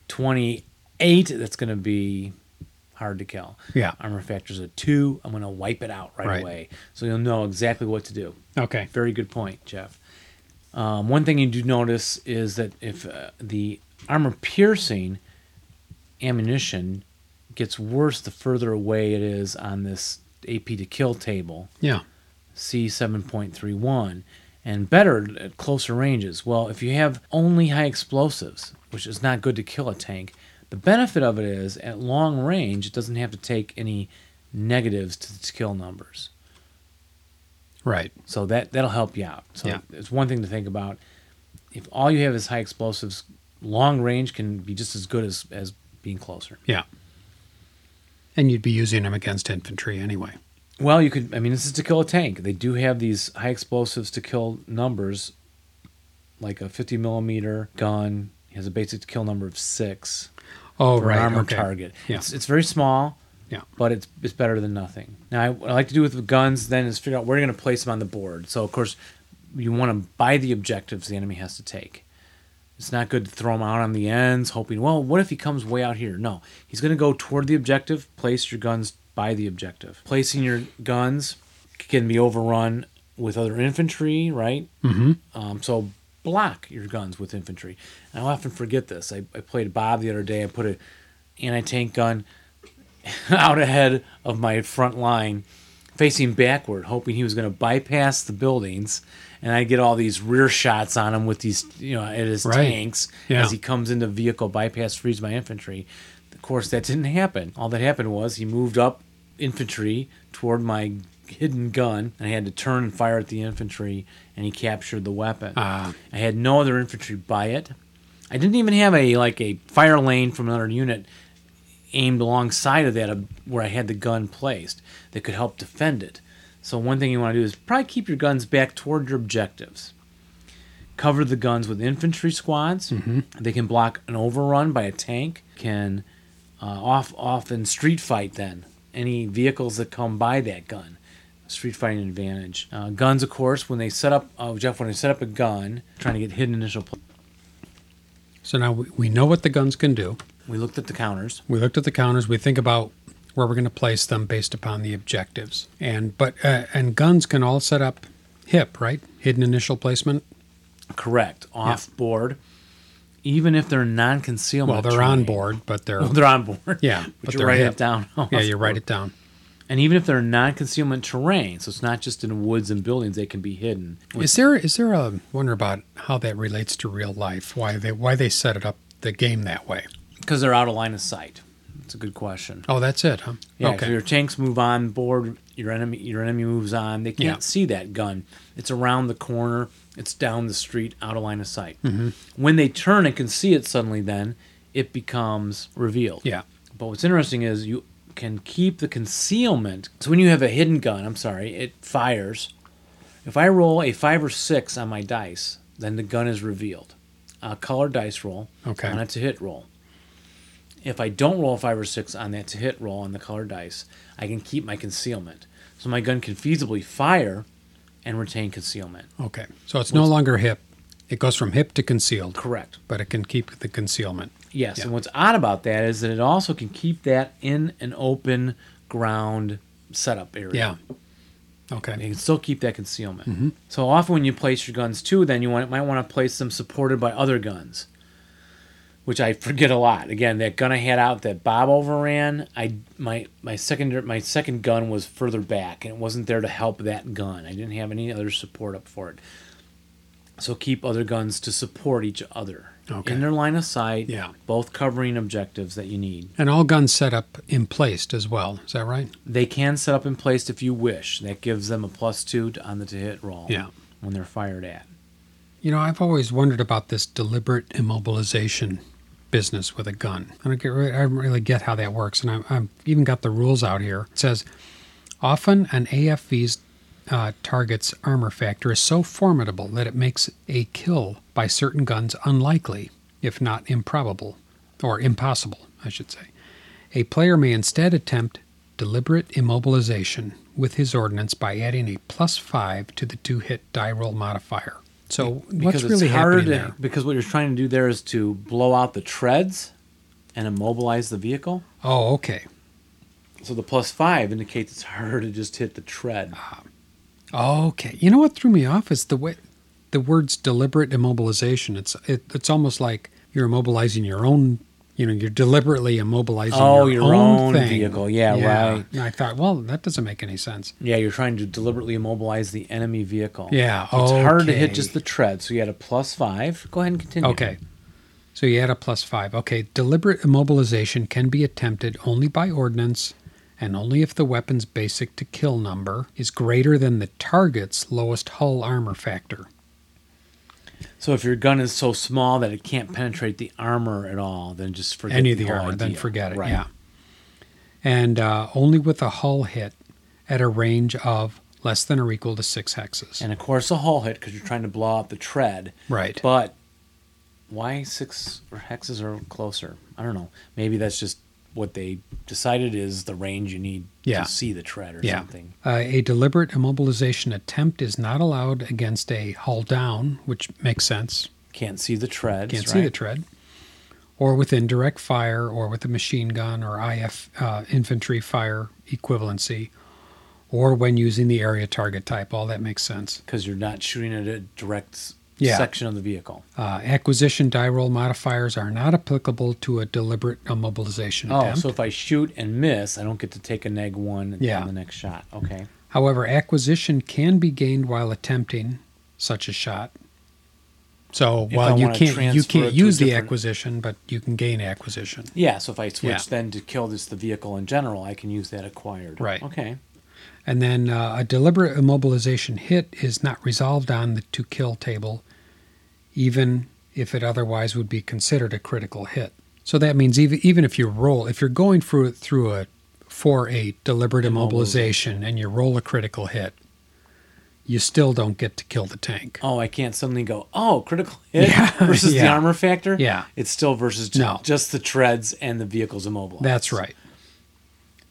A: 28. That's going to be hard to kill.
B: Yeah.
A: Armor factor's a 2. I'm going to wipe it out right,
B: Right.
A: away. So you'll know exactly what to do.
B: Okay.
A: Very good point, Jeff. Um, one thing you do notice is that if uh, the armor piercing ammunition gets worse the further away it is on this AP to kill table,
B: Yeah.
A: C7.31 and better at closer ranges. Well, if you have only high explosives, which is not good to kill a tank, the benefit of it is at long range, it doesn't have to take any negatives to its kill numbers.
B: Right.
A: So that, that'll help you out. So
B: Yeah.
A: it's one thing to think about. If all you have is high explosives, long range can be just as good as, as being closer.
B: Yeah. And you'd be using them against infantry anyway.
A: Well, you could. I mean, this is to kill a tank. They do have these high explosives to kill numbers, like a 50 millimeter gun has a basic kill number of six
B: Oh,
A: for
B: right.
A: an armored
B: okay.
A: target.
B: Yeah.
A: It's it's very small,
B: Yeah.
A: but it's it's better than nothing. Now, I, what I like to do with the guns then is figure out where you're going to place them on the board. So, of course, you want to buy the objectives the enemy has to take. It's not good to throw them out on the ends, hoping, well, what if he comes way out here? No, he's going to go toward the objective. Place your guns by the objective. Placing your guns can be overrun with other infantry, right? Mm-hmm. Um, so block your guns with infantry. And I often forget this. I, I played Bob the other day. I put a anti-tank gun out ahead of my front line, facing backward, hoping he was going to bypass the buildings, and I get all these rear shots on him with these, you know, at his
B: Right.
A: tanks
B: Yeah.
A: as he comes into vehicle bypass, frees my infantry. Of course, that didn't happen. All that happened was he moved up infantry toward my hidden gun, and I had to turn and fire at the infantry, and he captured the weapon.
B: Ah.
A: I had no other infantry by it. I didn't even have a like a fire lane from another unit aimed alongside of that uh, where I had the gun placed that could help defend it. So one thing you want to do is probably keep your guns back toward your objectives. Cover the guns with infantry squads.
B: Mm-hmm.
A: They can block an overrun by a tank. Can uh, off often street fight then any vehicles that come by that gun. Street fighting advantage. Uh, guns, of course, when they set up. Oh, Jeff, when they set up a gun, trying to get hidden initial. Pl-
B: So now we, we know what the guns can do.
A: we looked at the counters.
B: We looked at the counters. We think about where we're going to place them based upon the objectives. And but uh, and guns can all set up hip right hidden initial placement.
A: Correct. Off board. Even if they're non
B: Well,
A: concealment.
B: they're on board, but they're
A: They're on board.
B: yeah.
A: But,
B: But
A: you
B: they're
A: write
B: hip.
A: it down.
B: Yeah, you write it down.
A: And even if they're non concealment terrain, so it's not just in woods and buildings, they can be hidden.
B: Is there is there a wonder about how that relates to real life? Why they why they set it up the game that way?
A: Because they're out of line of sight. It's a good question.
B: Oh, that's it, huh?
A: Yeah, so
B: okay.
A: your tanks move on board, your enemy your enemy moves on. They can't
B: Yeah.
A: see that gun. It's around the corner, it's down the street, out of line of sight.
B: Mm-hmm.
A: When they turn and can see it suddenly then, it becomes revealed.
B: Yeah.
A: But what's interesting is you can keep the concealment. So when you have a hidden gun, I'm sorry, it fires. If I roll a five or six on my dice, then the gun is revealed. A color dice roll
B: Okay.
A: on a to hit roll. If I don't roll a five or six on that to hit roll on the color dice, I can keep my concealment. So my gun can feasibly fire and retain concealment.
B: Okay. So it's no longer hip. It goes from hip to concealed,
A: Correct.
B: but it can keep the concealment.
A: Yes,
B: Yeah.
A: and what's odd about that is that it also can keep that in an open ground setup area.
B: Yeah. Okay.
A: You can still keep that concealment.
B: Mm-hmm.
A: So often when you place your guns too, then you want, might want to place them supported by other guns, which I forget a lot. Again, that gun I had out that Bob overran, I my my second my second gun was further back and it wasn't there to help that gun. I didn't have any other support up for it. So keep other guns to support each other.
B: Okay.
A: in their line of sight,
B: Yeah.
A: both covering objectives that you need.
B: And all guns set up in placed as well. Is that right?
A: They can set up in place if you wish. That gives them a plus two to- on the to hit roll
B: Yeah.
A: when they're fired at.
B: You know, I've always wondered about this deliberate immobilization business with a gun. I don't get, re- I don't really get how that works, and I- I've even got the rules out here. It says often an AFV's uh, target's armor factor is so formidable that it makes a kill by certain guns unlikely, if not improbable, or impossible, I should say. A player may instead attempt deliberate immobilization with his ordnance by adding a plus five to the two hit die roll modifier. So what's really happening
A: to-
B: there?
A: because what you're trying to do there is to blow out the treads and immobilize the vehicle.
B: Oh, okay.
A: So the plus five indicates it's harder to just hit the tread.
B: Okay. You know what threw me off is the way the words deliberate immobilization. It's it, it's almost like you're immobilizing your own. You know, you're deliberately immobilizing
A: Oh,
B: your,
A: your
B: own,
A: own
B: thing.
A: vehicle. Yeah, right.
B: And I thought, well, that doesn't make any sense.
A: Yeah, you're trying to deliberately immobilize the enemy vehicle.
B: Yeah,
A: So it's harder to
B: okay.
A: hit just the tread. So you had a plus five. Go ahead and continue.
B: Okay. So you add a plus five. Okay. Deliberate immobilization can be attempted only by ordnance and only if the weapon's basic to kill number is greater than the target's lowest hull armor factor.
A: So if your gun is so small that it can't penetrate the armor at all, then just forget
B: any of the
A: whole
B: armor, then
A: idea.
B: forget it.
A: Right.
B: Yeah. And uh, only with a hull hit at a range of less than or equal to six hexes.
A: And of course a hull hit because you're trying to blow out the tread.
B: right.
A: But why six or hexes are closer? I don't know. Maybe that's just what they decided is the range you need
B: Yeah.
A: to see the tread or
B: Yeah.
A: something.
B: Uh, a deliberate immobilization attempt is not allowed against a hull down, which makes sense.
A: Can't see the tread.
B: Can't
A: right?
B: see the tread. Or with indirect fire, or with a machine gun or IF uh, infantry fire equivalency, or when using the area target type. All that makes sense.
A: because you're not shooting at a direct s-
B: Yeah.
A: section of the vehicle.
B: Uh, acquisition die roll modifiers are not applicable to a deliberate immobilization
A: Oh,
B: attempt.
A: so if I shoot and miss, I don't get to take a neg one
B: Yeah.
A: on the next shot. Okay.
B: However, acquisition can be gained while attempting such a shot. So
A: If I
B: while you
A: wanna
B: can't you
A: transfer it
B: can't
A: to a
B: use the
A: different-
B: acquisition, but you can gain acquisition.
A: Yeah, so if I switch
B: Yeah.
A: then to kill just the vehicle in general, I can use that acquired.
B: Right.
A: Okay.
B: And then uh, a deliberate immobilization hit is not resolved on the to kill table, even if it otherwise would be considered a critical hit. So that means even even if you roll, if you're going through it through a for a deliberate immobilization and you roll a critical hit, you still don't get to kill the tank.
A: Oh, I can't suddenly go, oh, critical hit
B: Yeah,
A: versus the
B: yeah.
A: armor factor?
B: Yeah.
A: It's still versus ju-
B: No.
A: just the treads and the vehicle's immobilized.
B: That's right.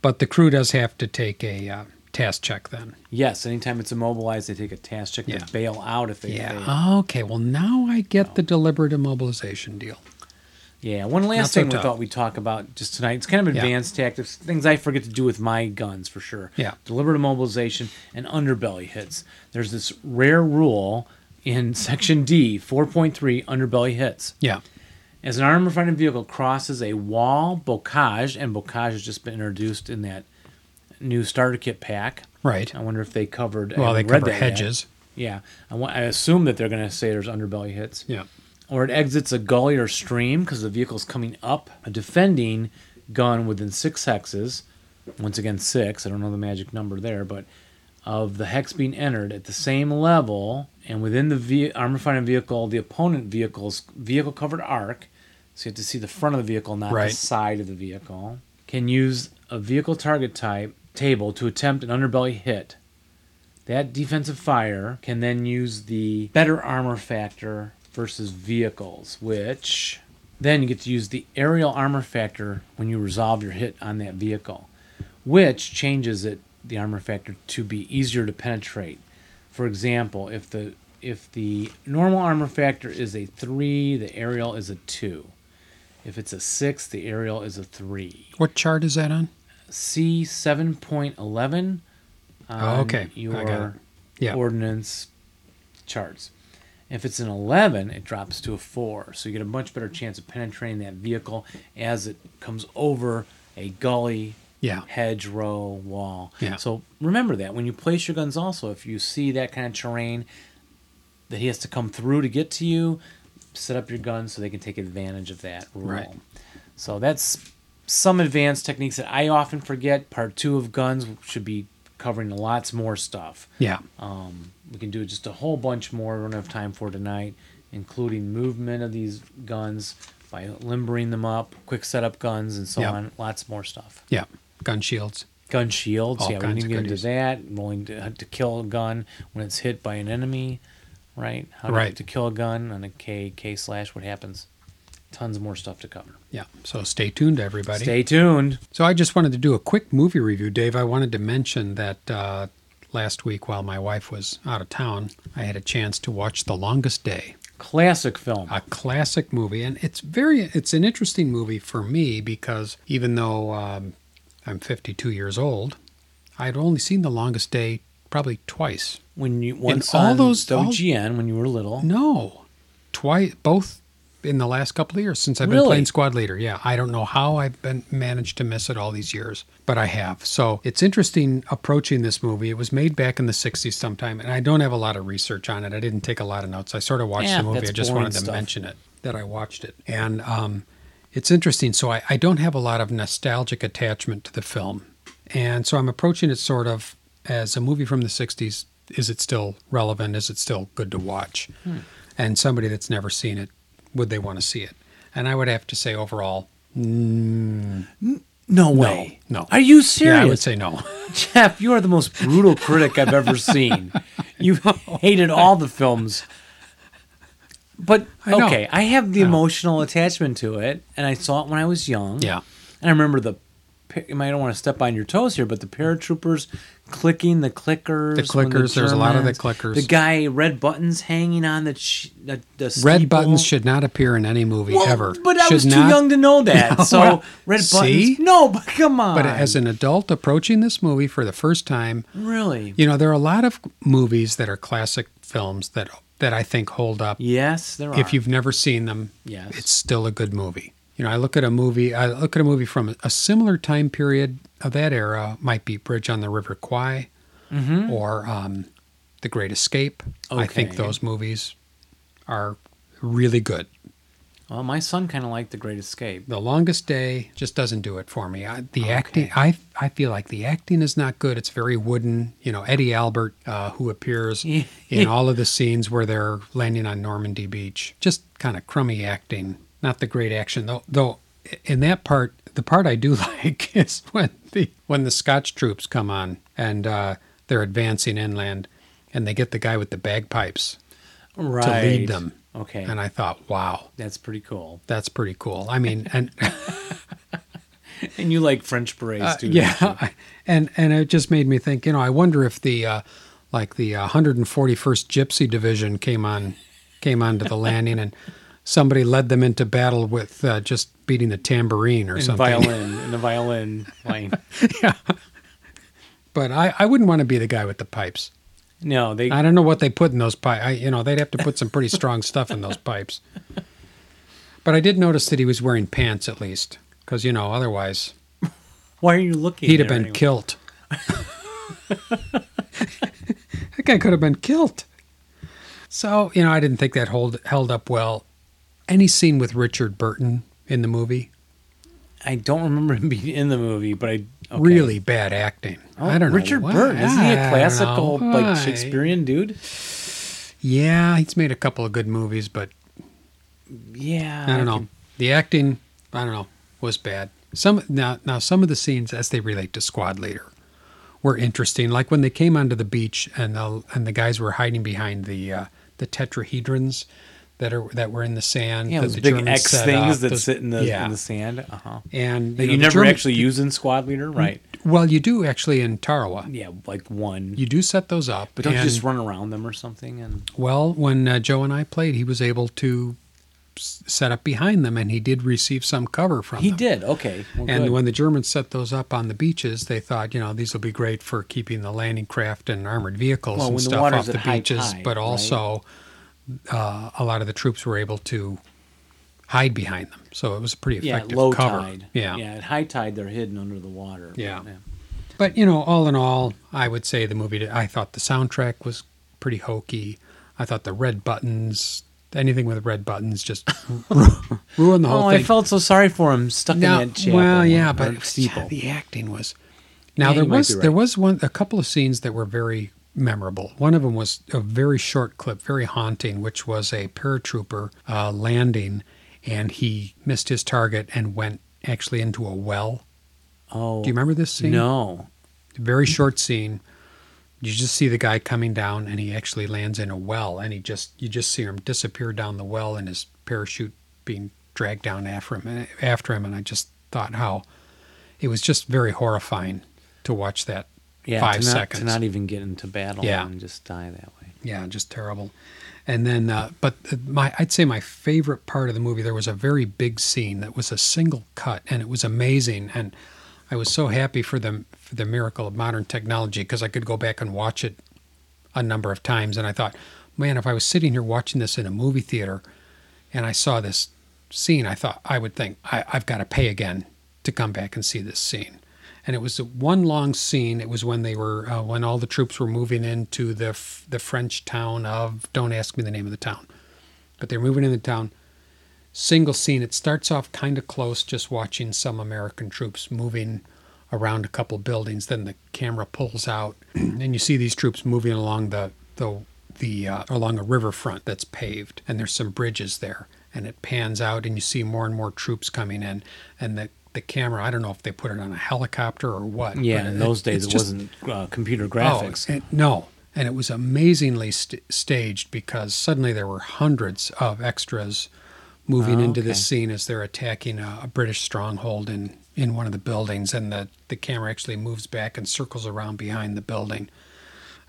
B: But the crew does have to take a uh, task check then.
A: Yes, anytime it's immobilized, they take a task check
B: Yeah.
A: to bail out if they fail.
B: Okay. Well, now I get the deliberate immobilization deal.
A: Yeah, one
B: Not
A: last
B: so
A: thing we
B: tough.
A: thought we'd talk about just tonight. It's kind of
B: Yeah.
A: advanced tactics, things I forget to do with my guns for sure.
B: Yeah.
A: Deliberate immobilization and underbelly hits. There's this rare rule in section D, 4.3, underbelly hits.
B: Yeah.
A: As an armor fighting vehicle crosses a wall, bocage, and bocage has just been introduced in that new starter kit pack.
B: Right.
A: I wonder if they covered. I
B: Well, they
A: haven't read
B: cover
A: that yet.
B: hedges.
A: Yeah, I, wa- I assume that they're going to say there's underbelly hits
B: Yeah.
A: or it exits a gully or stream because the vehicle's coming up. A defending gun within six hexes, once again six, I don't know the magic number there, but of the hex being entered at the same level and within the ve- armor fighting vehicle, the opponent vehicle's vehicle covered arc, so you have to see the front of the vehicle, not
B: Right.
A: the side of the vehicle, can use a vehicle target type table to attempt an underbelly hit. That defensive fire can then use the better armor factor versus vehicles, which then you get to use the aerial armor factor when you resolve your hit on that vehicle, which changes it the armor factor to be easier to penetrate. For example, if the if the normal armor factor is a three, the aerial is a two. If it's a six, the aerial is a three.
B: What chart is that on?
A: C seven point eleven.
B: Oh, okay. I
A: Your
B: got it. Yeah.
A: ordinance charts. If it's an 11, it drops to a 4. So you get a much better chance of penetrating that vehicle as it comes over a gully,
B: yeah.
A: hedge row, wall.
B: Yeah.
A: So remember that when you place your guns also, if you see that kind of terrain that he has to come through to get to you, set up your guns so they can take advantage of that rule.
B: Right.
A: So that's some advanced techniques that I often forget. Part two of guns should be covering lots more stuff.
B: Yeah.
A: Um, we can do just a whole bunch more. We don't have time for tonight, including movement of these guns by limbering them up, quick setup guns, and so
B: Yep.
A: on. Lots more stuff.
B: Yeah. Gun shields.
A: Gun shields.
B: All
A: yeah, we
B: kinds
A: didn't
B: of
A: get into
B: goodies.
A: that. Rolling to, to kill a gun when it's hit by an enemy, right? How to-
B: Right.
A: to kill a gun on a K K slash. What happens? Tons more stuff to cover.
B: Yeah. So stay tuned, everybody.
A: Stay tuned.
B: So I just wanted to do a quick movie review, Dave. I wanted to mention that uh, last week, while my wife was out of town, I had a chance to watch The Longest Day,
A: Classic film.
B: a classic movie, and it's very it's an interesting movie for me because even though um, I'm 52 years old, I'd only seen The Longest Day probably twice.
A: when you once
B: all
A: on
B: those- all-
A: WGN when you were little.
B: No, twice, both in the last couple of years since I've been
A: Really?
B: playing squad leader. Yeah, I don't know how I've been managed to miss it all these years, but I have. So it's interesting approaching this movie. It was made back in the '60s sometime, and I don't have a lot of research on it. I didn't take a lot of notes. I sort of watched
A: Yeah,
B: the movie.
A: that's
B: I just
A: boring
B: wanted to
A: stuff.
B: mention it that I watched it, and um, it's interesting. So I, I don't have a lot of nostalgic attachment to the film, and so I'm approaching it sort of as a movie from the '60s. Is it still relevant? Is it still good to watch?
A: Hmm.
B: And somebody that's never seen it, would they want to see it? And I would have to say overall,
A: No
B: way. no.
A: Are you
B: yeah,
A: serious?
B: I would say no.
A: Jeff, you are the most brutal critic I've ever seen. You hated all the films. But
B: I know.
A: okay, I have the emotional attachment to it, and I saw it when I was young.
B: Yeah.
A: And I remember the. pa- I don't want to step on your toes here, but the paratroopers clicking the clickers.
B: The
A: when
B: clickers, there's a lot of the
A: Germans-
B: clickers.
A: The guy red buttons hanging on the ch- the, the
B: Red
A: steeple.
B: buttons should not appear in any movie
A: Well,
B: ever.
A: But I
B: Should
A: was too
B: not-
A: young to know that. so
B: well,
A: red buttons.
B: see?
A: No, but come on.
B: But as an adult approaching this movie for the first time,
A: really,
B: You know, there are a lot of movies that are classic films that that I think hold up.
A: yes, there are.
B: If you've never seen them,
A: Yes.
B: it's still a good movie. You know, I look at a movie. I look at a movie from a similar time period of that era. Might be Bridge on the River Kwai or um, The Great Escape. I think
A: Okay.
B: those movies are really good.
A: well, my son kind of liked The Great Escape.
B: The Longest Day just doesn't do it for me. I, the acting, I I feel like the acting is not good. It's very wooden. You know, Eddie Albert, uh, who appears in all of the scenes where they're landing on Normandy Beach, just kind of crummy acting. Not the great action though. Though in that part, the part I do like is when the when the Scotch troops come on and uh, they're advancing inland, and they get the guy with the bagpipes
A: Right.
B: to lead them.
A: Okay.
B: And I thought, wow.
A: That's pretty cool.
B: That's pretty cool. I mean, and
A: And you like French berets
B: Uh,
A: too?
B: yeah, and and it just made me think. You know, I wonder if the uh, like the uh, 141st Gypsy Division came on came onto the landing and somebody led them into battle with uh, just beating the tambourine or
A: And
B: something.
A: violin and the violin playing.
B: But I, I wouldn't want to be the guy with the pipes.
A: No, they.
B: I don't know what they put in those pipes. You know, they'd have to put some pretty strong stuff in those pipes. But I did notice that he was wearing pants at least, because you know, otherwise
A: Why are you looking?
B: he'd have
A: there
B: been
A: anyway?
B: killed. that guy could have been killed. So you know, I didn't think that hold held up well. Any scene with Richard Burton in the movie,
A: I don't remember him being in the movie, but I okay.
B: really bad acting.
A: Oh,
B: I don't know.
A: Richard
B: why.
A: Burton isn't he
B: I
A: a
B: don't
A: classical
B: know
A: like
B: why.
A: Shakespearean dude?
B: Yeah, he's made a couple of good movies, but
A: Yeah.
B: I
A: can-
B: don't know. The acting, I don't know, was bad. Some now now some of the scenes as they relate to squad leader were interesting. Like when they came onto the beach and the and the guys were hiding behind the uh, the tetrahedrons that are that were in the sand.
A: Yeah,
B: that
A: those
B: the
A: big
B: Germans
A: X
B: set
A: things
B: up,
A: that
B: those-
A: sit in the
B: yeah.
A: in the sand. Uh huh.
B: and you,
A: That you,
B: know, the
A: never
B: German-
A: actually use in squad leader, right?
B: Well, you do actually in Tarawa.
A: Yeah, like one.
B: You do set those up,
A: but don't you
B: and-
A: just run around them or something? And
B: Well, when uh, Joe and I played, he was able to s- set up behind them, and he did receive some cover from
A: he
B: them.
A: did. Okay. Well,
B: And
A: good.
B: when the Germans set those up on the beaches, they thought, you know, these will be great for keeping the landing craft and armored vehicles
A: Well,
B: and
A: when the
B: stuff
A: water's
B: off
A: at
B: the
A: high
B: beaches.
A: tide,
B: but
A: right?
B: also, uh, a lot of the troops were able to hide behind them, so it was a pretty
A: yeah,
B: effective
A: low
B: cover.
A: tide.
B: Yeah.
A: Yeah, at high tide they're hidden under the water.
B: Yeah. But you know, all in all, I would say the movie. Did, I thought the soundtrack was pretty hokey. I thought the red buttons, anything with red buttons just ru- ruin the whole
A: Oh,
B: thing.
A: I felt so sorry for him stuck
B: Now-
A: in that chapel.
B: well, yeah,
A: or
B: but it was- yeah,
A: steeple.
B: the acting was. Now
A: Yeah,
B: there
A: you might
B: was
A: be right.
B: there was one a couple of scenes that were very memorable. One of them was a very short clip, very haunting, which was a paratrooper uh, landing, and he missed his target and went actually into a well.
A: Oh,
B: Do you remember this scene?
A: No.
B: very short scene. You just see the guy coming down, and he actually lands in a well, and he just you just see him disappear down the well, and his parachute being dragged down after him. And after him, and I just thought how it was just very horrifying to watch that.
A: Yeah,
B: five
A: to not,
B: seconds.
A: to not even get into battle
B: Yeah.
A: and just die that way.
B: Yeah, just terrible. And then, uh, but my I'd say my favorite part of the movie there was a very big scene that was a single cut, and it was amazing. And I was so happy for the for the miracle of modern technology because I could go back and watch it a number of times. And I thought, man, if I was sitting here watching this in a movie theater, and I saw this scene, I thought I would think I, I've got to pay again to come back and see this scene. And it was the one long scene. It was when they were uh, when all the troops were moving into the f- the French town of don't ask me the name of the town, but they're moving into town. Single scene. It starts off kind of close, just watching some American troops moving around a couple buildings. Then the camera pulls out, and you see these troops moving along the the the uh, along a riverfront that's paved, and there's some bridges there. And it pans out, and you see more and more troops coming in, and the the camera. I don't know if they put it on a helicopter or what.
A: Yeah,
B: but
A: in
B: it-
A: those days
B: it's
A: it
B: just-
A: wasn't uh, computer
B: Oh,
A: graphics.
B: it- no. And it was amazingly st- staged because suddenly there were hundreds of extras moving into this scene as they're attacking a, a British stronghold in, in one of the buildings. And the, the camera actually moves back and circles around behind the building.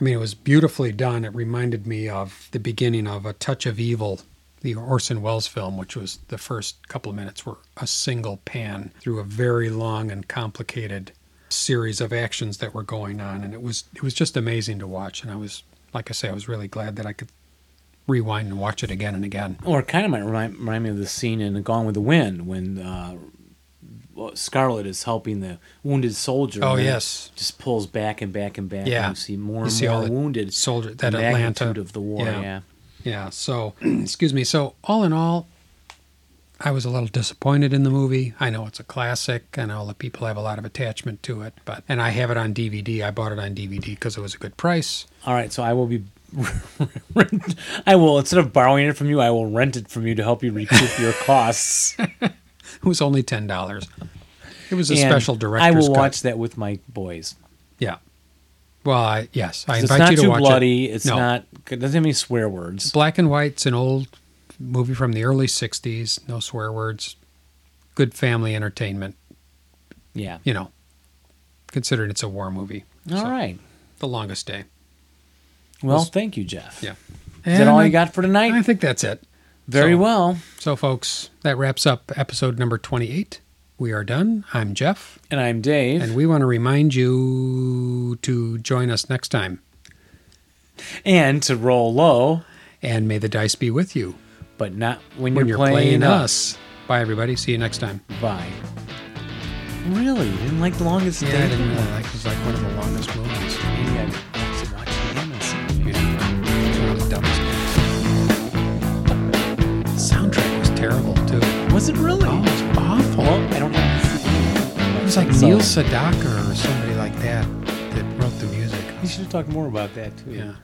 B: I mean, it was beautifully done. It reminded me of the beginning of A Touch of Evil, the Orson Welles film, which was the first couple of minutes were a single pan through a very long and complicated series of actions that were going on, and it was it was just amazing to watch. And I was, like I say, I was really glad that I could rewind and watch it again and again.
A: or it kind of might remind, remind me of the scene in Gone with the Wind when uh, Scarlet is helping the wounded soldier.
B: Oh,
A: and it
B: yes.
A: just pulls back and back and back.
B: Yeah.
A: and you see more
B: You
A: and
B: see
A: more
B: all the
A: wounded.
B: soldier-
A: the
B: that Atlanta-
A: magnitude of the war.
B: yeah.
A: Yeah.
B: Yeah. So, excuse me. So, all in all, I was a little disappointed in the movie. I know it's a classic. I know the people have a lot of attachment to it, but and I have it on DVD. I bought it on DVD because it was a good price.
A: All right, so I will be. rent- I will instead of borrowing it from you, I will rent it from you to help you recoup your costs.
B: It was only ten dollars. It was a
A: And
B: special
A: I
B: director's
A: will
B: cut.
A: watch that with my boys.
B: Yeah. Well, I, yes, I
A: It's
B: invite
A: not
B: you to
A: too
B: watch
A: bloody.
B: it.
A: It's
B: No.
A: not. It doesn't have any swear words.
B: Black and White's an old movie from the early '60s. No swear words. Good family entertainment.
A: Yeah.
B: You know, considering it's a war movie.
A: All right.
B: So, The longest day.
A: Well,
B: Well,
A: thank you, Jeff.
B: Yeah.
A: Is that all you got for tonight?
B: I think that's it.
A: Very
B: So-
A: well.
B: So, folks, that wraps up episode number 28. We are done. I'm Jeff,
A: And I'm Dave.
B: and
A: And,
B: we want to remind you to join us next time.
A: to roll low,
B: And may the dice be with you
A: but not when,
B: when
A: you're, playing, us.
B: us. Bye, everybody. See you next time.
A: Bye. Really? You didn't like the longest day?
B: I didn't really like. It was like one of the longest movies.
A: Maybe I should watch the Amazon.
B: One of the dumbest movies. Soundtrack was terrible too.
A: Was it really?
B: Oh, it was awful.
A: Well, I don't know.
B: It was like Neil Sedaka or somebody like that that wrote the music.
A: You should have talked more about that, too.
B: Yeah.